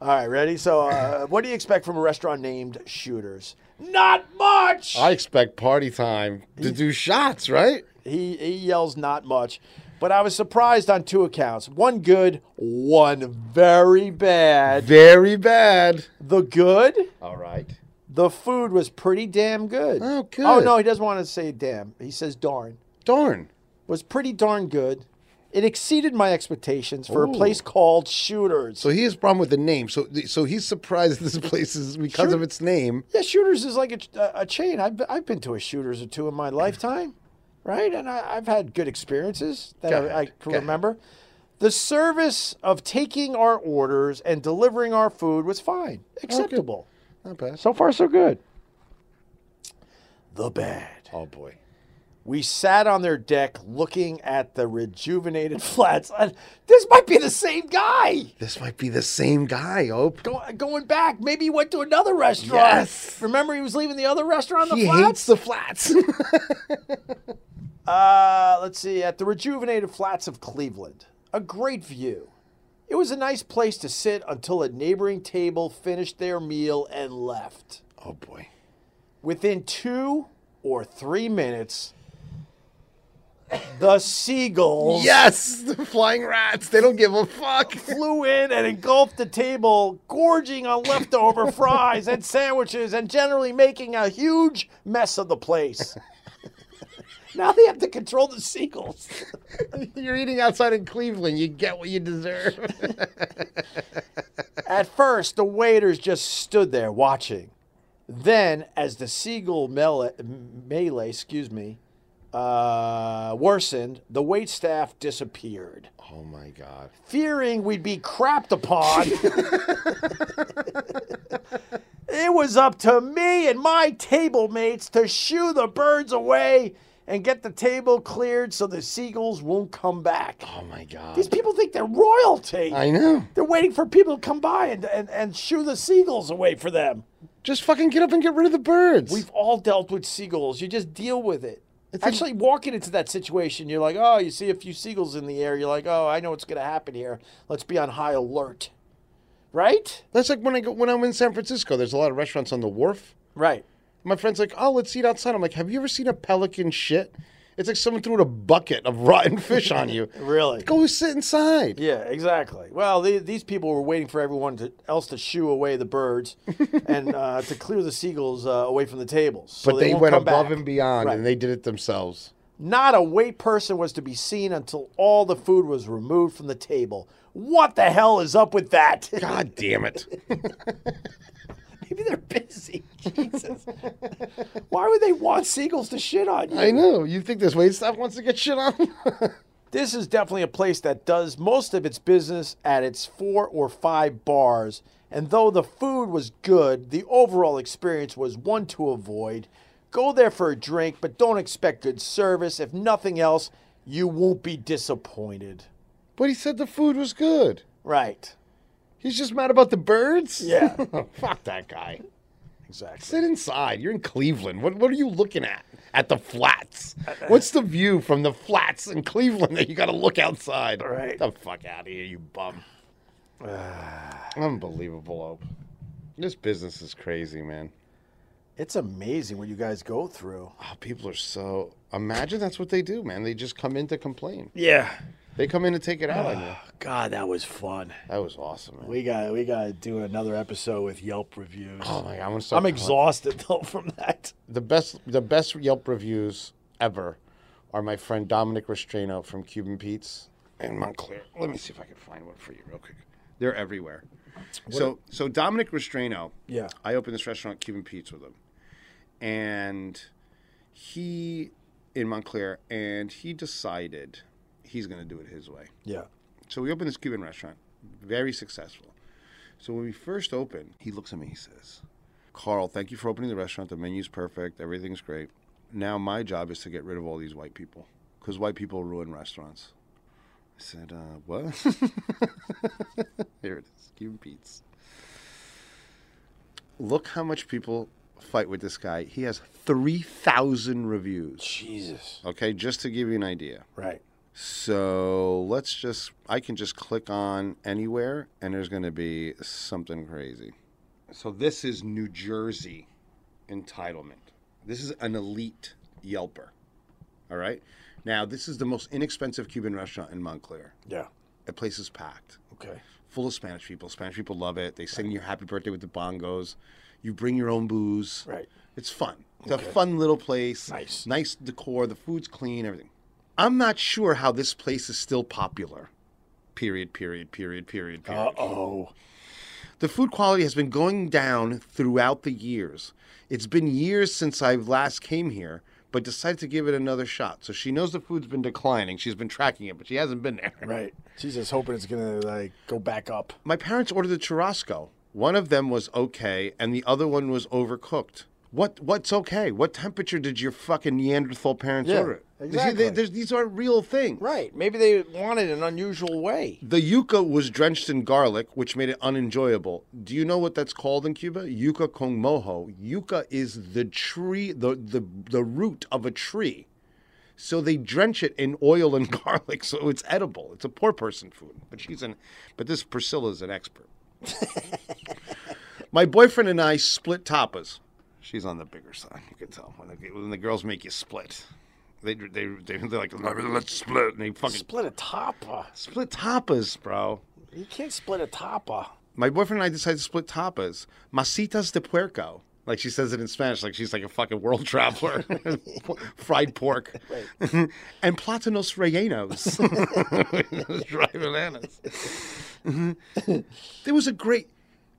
Speaker 1: right, ready. So, uh, what do you expect from a restaurant named Shooters? Not much.
Speaker 2: I expect party time to do shots, right?
Speaker 1: He he yells not much, but I was surprised on two accounts. One good, one very bad.
Speaker 2: Very bad.
Speaker 1: The good.
Speaker 2: All right.
Speaker 1: The food was pretty damn good.
Speaker 2: Oh,
Speaker 1: Oh
Speaker 2: good.
Speaker 1: no, he doesn't want to say damn. He says darn.
Speaker 2: Darn.
Speaker 1: Was pretty darn good. It exceeded my expectations for a place called Shooters.
Speaker 2: So he has a problem with the name. So th- so he's surprised this place is because of its name.
Speaker 1: yeah, Shooters is like a, a- a chain. I've, be- I've been to a Shooters or two in my lifetime, right? And I, I've had good experiences that I, I
Speaker 2: ahead.
Speaker 1: can
Speaker 2: Go ahead.
Speaker 1: remember. The service of taking our orders and delivering our food was fine, acceptable.
Speaker 2: Not bad.
Speaker 1: So far, so good. The bad.
Speaker 2: Oh boy.
Speaker 1: We sat on their deck looking at the rejuvenated flats. Uh, This might be the same guy.
Speaker 2: This might be the same guy, oh. Ope.
Speaker 1: Go, going back, maybe he went to another restaurant.
Speaker 2: Yes.
Speaker 1: Remember, he was leaving the other restaurant. on The
Speaker 2: He
Speaker 1: flats?
Speaker 2: hates the flats.
Speaker 1: Uh, let's see, at the rejuvenated flats of Cleveland. A great view. It was a nice place to sit until a neighboring table finished their meal and left.
Speaker 2: oh boy.
Speaker 1: Within two or three minutes, the seagulls
Speaker 2: Yes, the flying rats. They don't give a fuck.
Speaker 1: flew in and engulfed the table, gorging on leftover fries and sandwiches and generally making a huge mess of the place. now they have to control the seagulls.
Speaker 2: You're eating outside in Cleveland. You get what you deserve.
Speaker 1: At first, the waiters just stood there watching. Then, as the seagull mele- melee, excuse me, uh, worsened, the wait staff disappeared.
Speaker 2: oh my god.
Speaker 1: Fearing we'd be crapped upon, it was up to me and my table mates to shoo the birds away and get the table cleared so the seagulls won't come back.
Speaker 2: Oh my god.
Speaker 1: These people think they're royalty.
Speaker 2: I know.
Speaker 1: They're waiting for people to come by and, and, and shoo the seagulls away for them.
Speaker 2: Just fucking get up and get rid of the birds.
Speaker 1: We've all dealt with seagulls. You just deal with it. Actually, walking into that situation, you're like, oh, you see a few seagulls in the air. You're like, oh, I know what's going to happen here. Let's be on high alert. Right?
Speaker 2: That's like when I go when I'm in San Francisco. There's a lot of restaurants on the wharf.
Speaker 1: Right.
Speaker 2: My friend's like, "Oh, let's eat outside." I'm like, "Have you ever seen a pelican shit? It's like someone threw a bucket of rotten fish on you.
Speaker 1: Really?
Speaker 2: Go sit inside."
Speaker 1: Yeah, exactly. Well, the, these people were waiting for everyone to, else to shoo away the birds and uh, to clear the seagulls uh, away from the tables. so
Speaker 2: but they,
Speaker 1: won't
Speaker 2: went
Speaker 1: come
Speaker 2: above
Speaker 1: back.
Speaker 2: and beyond,
Speaker 1: Right.
Speaker 2: and they did it themselves.
Speaker 1: Not a wait person was to be seen until all the food was removed from the table. What the hell is up with that?
Speaker 2: God damn it!
Speaker 1: Maybe they're busy. Jesus. Why would they want seagulls to shit on you?
Speaker 2: I know. You think this wait staff wants to get shit on?
Speaker 1: This is definitely a place that does most of its business at its four or five bars. And though the food was good, the overall experience was one to avoid. Go there for a drink, but don't expect good service. If nothing else, you won't be disappointed.
Speaker 2: but he said the food was good.
Speaker 1: Right.
Speaker 2: He's just mad about the birds.
Speaker 1: Yeah.
Speaker 2: Fuck that guy.
Speaker 1: Exactly.
Speaker 2: Sit inside. You're in Cleveland. What What are you looking at? At the flats.
Speaker 1: Uh,
Speaker 2: What's the view from the flats in Cleveland that you got to look outside? Get
Speaker 1: Right.
Speaker 2: the fuck out of here, you bum. Unbelievable. Ope. This business is crazy, man.
Speaker 1: It's amazing what you guys go through.
Speaker 2: Oh, people are so. Imagine that's what they do, man. They just come in to complain.
Speaker 1: Yeah.
Speaker 2: They come in to take it out on you.
Speaker 1: God, that was fun.
Speaker 2: That was awesome, man.
Speaker 1: We got we got to do another episode with Yelp reviews.
Speaker 2: Oh my god, I'm gonna start.
Speaker 1: I'm exhausted though from that.
Speaker 2: the best the best Yelp reviews ever are my friend Dominic Restrano from Cuban Pete's in Montclair. Let me see if I can find one for you real quick. They're everywhere. so so Dominic Restrano,
Speaker 1: Yeah.
Speaker 2: I opened this restaurant Cuban Pete's with him. And he in Montclair and he decided he's going to do it his way.
Speaker 1: Yeah.
Speaker 2: So we opened this Cuban restaurant, very successful. So when we first opened, he looks at me, he says, Carl, thank you for opening the restaurant. The menu's perfect, everything's great. Now my job is to get rid of all these white people because white people ruin restaurants. I said, uh, what? Here it is, Cuban Pete's. Look how much people fight with this guy. He has 3,000 reviews.
Speaker 1: Jesus.
Speaker 2: Okay, just to give you an idea.
Speaker 1: Right.
Speaker 2: So let's just, I can just click on anywhere and there's going to be something crazy. So this is New Jersey entitlement. This is an elite Yelper. All right. Now, this is the most inexpensive Cuban restaurant in Montclair.
Speaker 1: Yeah.
Speaker 2: The place is packed,
Speaker 1: Okay.
Speaker 2: full of Spanish people. Spanish people love it. They sing your happy birthday with the bongos. You bring your own booze.
Speaker 1: Right.
Speaker 2: It's fun. It's a fun little place.
Speaker 1: Nice.
Speaker 2: Nice decor. The food's clean, everything. I'm not sure how this place is still popular. Period, period, period, period, period.
Speaker 1: Oh,
Speaker 2: The food quality has been going down throughout the years. It's been years since I last came here, but decided to give it another shot. So she knows the food's been declining. She's been tracking it, but she hasn't been there.
Speaker 1: right. She's just hoping it's gonna like go back up.
Speaker 2: My parents ordered a churrasco. One of them was okay, and the other one was overcooked. What what's okay? What temperature did your fucking Neanderthal parents
Speaker 1: Yeah,
Speaker 2: order it? You see, they-
Speaker 1: exactly.
Speaker 2: there's- these aren't real things.
Speaker 1: Right. Maybe they want it an unusual way.
Speaker 2: The yuca was drenched in garlic, which made it unenjoyable. Do you know what that's called in Cuba? Yuca con mojo. Yuca is the tree, the, the, the root of a tree. So they drench it in oil and garlic, so it's edible. It's a poor person food, but she's an, but this Priscilla's an expert. My boyfriend and I split tapas. She's on the bigger side. You can tell when the, when the girls make you split. They they they they're like let's split, and they fucking
Speaker 1: Split a tapa.
Speaker 2: split tapas, bro.
Speaker 1: You can't split a tapa.
Speaker 2: My boyfriend and I decided to split tapas. Masitas de puerco. Like she says it in Spanish, like she's like a fucking world traveler. Fried pork. and platanos rellenos. Dry bananas. it was a great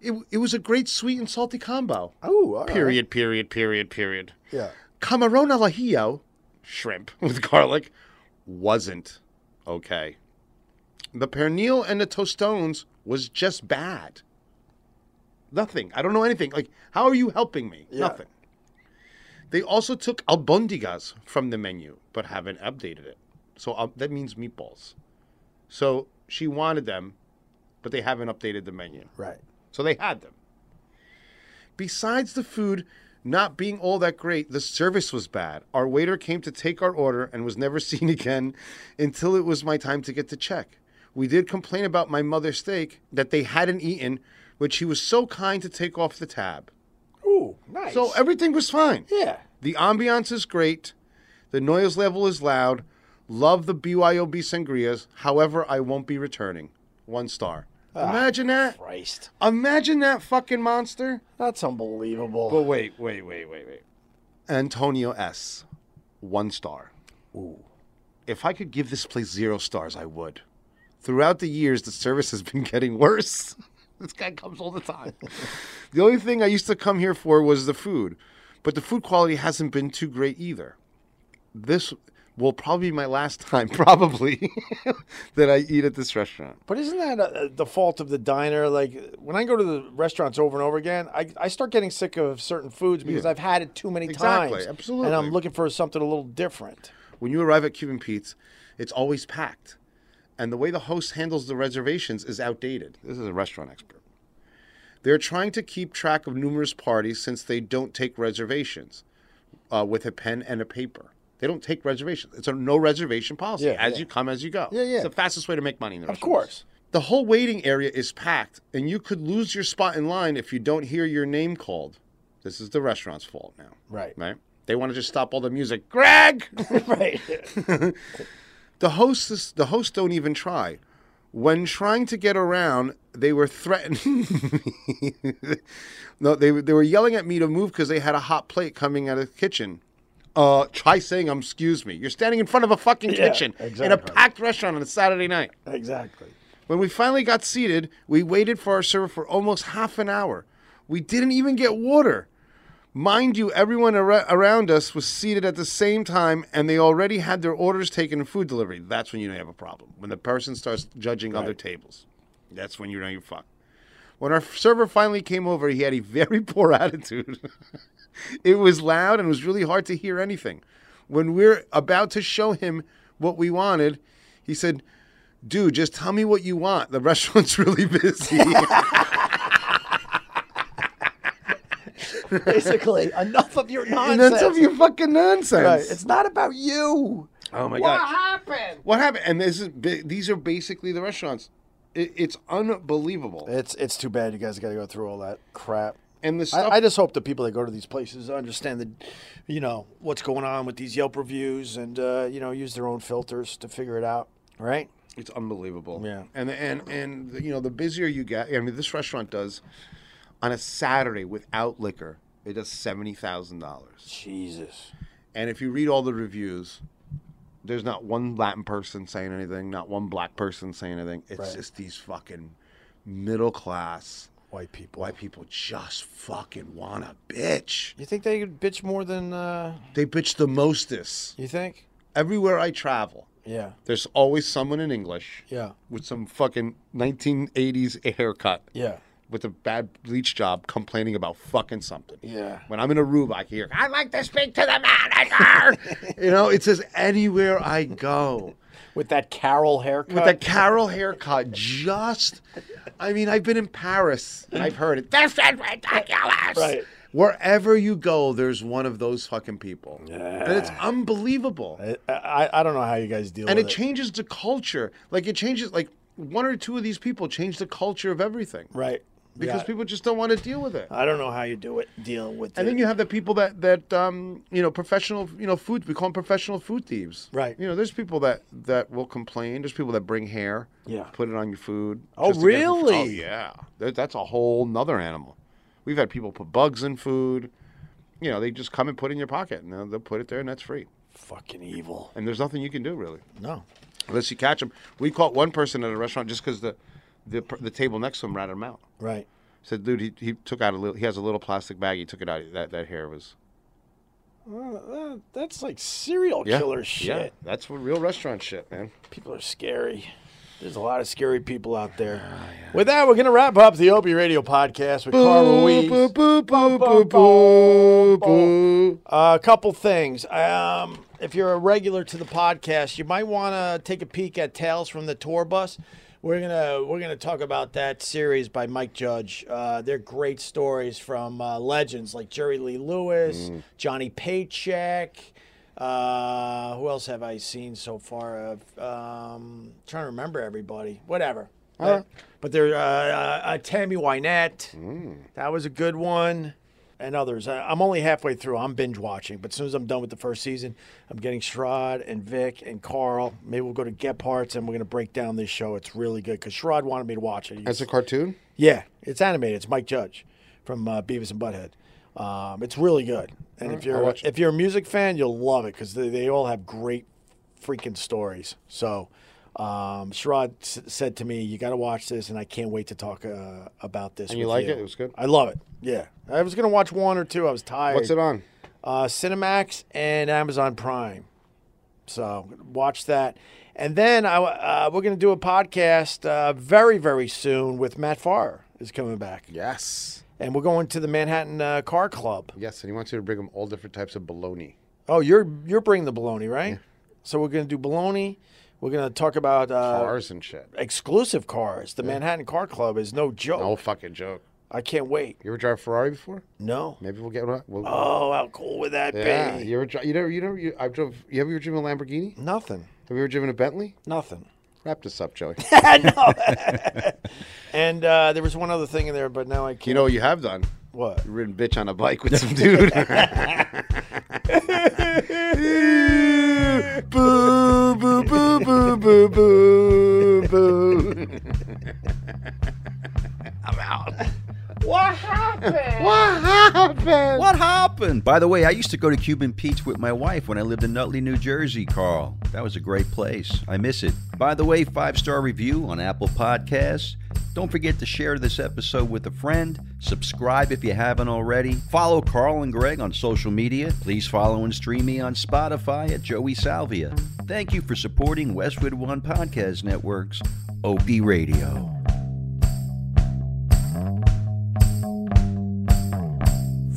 Speaker 2: it, it was a great sweet and salty combo.
Speaker 1: Oh, all right.
Speaker 2: Period, period, period, period.
Speaker 1: Yeah.
Speaker 2: Camarón al ajillo, shrimp with garlic, wasn't okay. The pernil and the tostones was just bad. Nothing. I don't know anything. Like, how are you helping me? Nothing. They also took albondigas from the menu, but haven't updated it. So uh, that means meatballs. So she wanted them, but they haven't updated the menu.
Speaker 1: Right.
Speaker 2: So they had them. Besides the food not being all that great, the service was bad. Our waiter came to take our order and was never seen again until it was my time to get the check. We did complain about my mother's steak that they hadn't eaten, but she was so kind to take off the tab.
Speaker 1: Ooh, nice.
Speaker 2: So everything was fine.
Speaker 1: yeah.
Speaker 2: The ambiance is great. The noise level is loud. Love the BYOB sangrias. However, I won't be returning. One star. Imagine that.
Speaker 1: Christ.
Speaker 2: Imagine that fucking monster.
Speaker 1: That's unbelievable.
Speaker 2: But wait, wait, wait, wait, wait. Antonio S. One star. If I could give this place zero stars, I would. Throughout the years, the service has been getting worse. this guy comes all the time. the only thing I used to come here for was the food, but the food quality hasn't been too great either. This will probably be my last time, probably, that I eat at this restaurant.
Speaker 1: But isn't that uh, the fault of the diner? Like when I go to the restaurants over and over again, I, I start getting sick of certain foods because I've had it too many
Speaker 2: Exactly,
Speaker 1: times.
Speaker 2: absolutely.
Speaker 1: And I'm looking for something a little different.
Speaker 2: When you arrive at Cuban Pete's, it's always packed. And the way the host handles the reservations is outdated. This is a restaurant expert. They're trying to keep track of numerous parties since they don't take reservations uh, with a pen and a paper. They don't take reservations. It's a no reservation policy.
Speaker 1: Yeah,
Speaker 2: as
Speaker 1: yeah.
Speaker 2: you come, as you go.
Speaker 1: Yeah, yeah.
Speaker 2: It's the fastest way to make money in the
Speaker 1: Of
Speaker 2: restaurants.
Speaker 1: course.
Speaker 2: The whole waiting area is packed, and you could lose your spot in line if you don't hear your name called. This is the restaurant's fault now.
Speaker 1: Right.
Speaker 2: Right? They want to just stop all the music. Greg!
Speaker 1: right.
Speaker 2: The hosts, the hosts don't even try. When trying to get around, they were threatening. me. no, they they were yelling at me to move because they had a hot plate coming out of the kitchen. Uh, try saying, um, "Excuse me." You're standing in front of a fucking
Speaker 1: Yeah,
Speaker 2: kitchen in a
Speaker 1: exactly.
Speaker 2: packed restaurant on a Saturday night.
Speaker 1: Exactly.
Speaker 2: When we finally got seated, we waited for our server for almost half an hour. We didn't even get water. Mind you, everyone ar- around us was seated at the same time and they already had their orders taken in food delivery. That's when you know you have a problem. When the person starts judging other tables, that's when you know you fuck. When our server finally came over, he had a very poor attitude. it was loud and it was really hard to hear anything. When we're about to show him what we wanted, he said, Dude, just tell me what you want. The restaurant's really busy.
Speaker 1: Basically, enough of your
Speaker 2: and
Speaker 1: nonsense.
Speaker 2: that's of your fucking
Speaker 1: Right.
Speaker 2: nonsense.
Speaker 1: It's not about you.
Speaker 2: Oh my
Speaker 6: What happened?
Speaker 2: What happened? And this is bi- these are basically the restaurants. It, it's unbelievable.
Speaker 1: It's it's too bad you guys got to go through all that crap.
Speaker 2: and the stuff
Speaker 1: I, I just hope the people that go to these places understand that, you know, what's going on with these Yelp reviews and uh, you know use their own filters to figure it out. Right?
Speaker 2: It's unbelievable.
Speaker 1: Yeah.
Speaker 2: And and and you know, the busier you get, I mean, this restaurant does on a Saturday without liquor, it does seventy thousand dollars.
Speaker 1: Jesus.
Speaker 2: And if you read all the reviews, There's not one Latin person saying anything, not one black person saying anything. It's just these fucking middle class
Speaker 1: White people.
Speaker 2: white people just fucking want a bitch.
Speaker 1: You think they could bitch more than uh,
Speaker 2: They bitch the mostest.
Speaker 1: you think?
Speaker 2: Everywhere I travel,
Speaker 1: Yeah.
Speaker 2: there's always someone in English
Speaker 1: Yeah.
Speaker 2: with some fucking 1980s haircut
Speaker 1: Yeah.
Speaker 2: with a bad bleach job complaining about fucking something.
Speaker 1: Yeah.
Speaker 2: When I'm in Aruba, I hear, I'd like to speak to the manager. you know, it says anywhere I go.
Speaker 1: With that Carol haircut.
Speaker 2: With that Carol haircut, just, I mean, I've been in Paris. and I've heard it. This is ridiculous.
Speaker 1: Right.
Speaker 2: Wherever you go, there's one of those fucking people. And it's unbelievable.
Speaker 1: I, uh, I, I don't know how you guys deal
Speaker 2: and
Speaker 1: with
Speaker 2: it changes the culture. Like, it changes, like, one or two of these people change the culture of everything.
Speaker 1: Right.
Speaker 2: Because
Speaker 1: Yeah.
Speaker 2: people just don't want to deal with it.
Speaker 1: I don't know how you do it dealing with
Speaker 2: And
Speaker 1: it.
Speaker 2: then you have the people that that um, you know professional you know food we call them professional food thieves.
Speaker 1: Right.
Speaker 2: You know, there's people that that will complain. There's people that bring hair.
Speaker 1: Yeah.
Speaker 2: Put it on your food.
Speaker 1: Oh,
Speaker 2: just to get it for- Oh
Speaker 1: really?
Speaker 2: yeah. That, that's a whole nother animal. We've had people put bugs in food. You know, they just come and put it in your pocket, and they'll- they'll put it there, and that's free.
Speaker 1: Fucking evil.
Speaker 2: And there's nothing you can do really,
Speaker 1: No.
Speaker 2: unless you catch them. We caught one person at a restaurant just because the, the per- the table next to him ratted him out.
Speaker 1: Right.
Speaker 2: Said, dude, he, he took out a little. He has a little plastic bag. He took it out. That that hair was
Speaker 1: Uh, that's like serial killer shit.
Speaker 2: Yeah, that's what real restaurant shit, man.
Speaker 1: People are scary. There's a lot of scary people out there.
Speaker 2: Ah,
Speaker 1: With that, we're gonna wrap up the Opie Radio podcast with Carl Ruiz. A couple things. Um, if you're a regular to the podcast, you might want to take a peek at Tales from the Tour Bus. We're gonna we're gonna talk about that series by Mike Judge. Uh, they're great stories from uh, legends like Jerry Lee Lewis, Johnny Paycheck. Uh, who else have I seen so far? Of um, trying to remember everybody. Whatever. But there, uh, uh, uh, Tammy Wynette. That was a good one. And others. I, I'm only halfway through. I'm binge watching, but as soon as I'm done with the first season, I'm getting Sherrod and Vic and Carl. Maybe we'll go to Gephart's and we're gonna break down this show. It's really good because Sherrod wanted me to watch it. He-
Speaker 2: That's a cartoon.
Speaker 1: yeah, it's animated. It's Mike Judge from uh, Beavis and Butthead. Um, it's really good, and if you're
Speaker 2: watch it.
Speaker 1: if you're a music fan, you'll love it because they, they all have great freaking stories. So, um, Sherrod s- said to me, "You got to watch this," and I can't wait to talk uh, about this.
Speaker 2: And you
Speaker 1: with
Speaker 2: like it? It was good?
Speaker 1: I love it. Yeah, I was gonna watch one or two. I was tired.
Speaker 2: What's it on?
Speaker 1: Uh, Cinemax and Amazon Prime. So watch that. And then I, uh, we're going to do a podcast uh, very, very soon with Matt Farr is coming back.
Speaker 2: Yes.
Speaker 1: And we're going to the Manhattan uh, Car Club.
Speaker 2: Yes, and he wants you to bring him all different types of bologna.
Speaker 1: Oh, you're you're bringing the baloney, right? So we're going to do baloney. We're going to talk about uh,
Speaker 2: Cars and shit.
Speaker 1: exclusive cars. The Manhattan Car Club is no joke.
Speaker 2: No fucking joke.
Speaker 1: I can't wait.
Speaker 2: You ever drive a Ferrari before?
Speaker 1: No.
Speaker 2: Maybe we'll get one. We'll,
Speaker 1: Oh, how cool would that
Speaker 2: yeah.
Speaker 1: be?
Speaker 2: You ever? Dri- you never? You never? You, I've drove. You ever driven a Lamborghini?
Speaker 1: Nothing.
Speaker 2: Have you ever driven a Bentley?
Speaker 1: Nothing.
Speaker 2: Wrap this up, Joey.
Speaker 1: And uh, there was one other thing in there, but now I can't.
Speaker 2: you know what you have done?
Speaker 1: what?
Speaker 2: You ridden bitch on a bike with some dude. boo, boo, boo, boo, boo, boo, boo.
Speaker 3: What happened? By the way, I used to go to Cuban Pete's with my wife when I lived in Nutley, New Jersey, Carl. That was a great place. I miss it. By the way, five star review on Apple Podcasts. Don't forget to share this episode with a friend. Subscribe if you haven't already. Follow Carl and Greg on social media. Please follow and stream me on Spotify at Joey Salvia. Thank you for supporting Westwood One Podcast Network's OP Radio.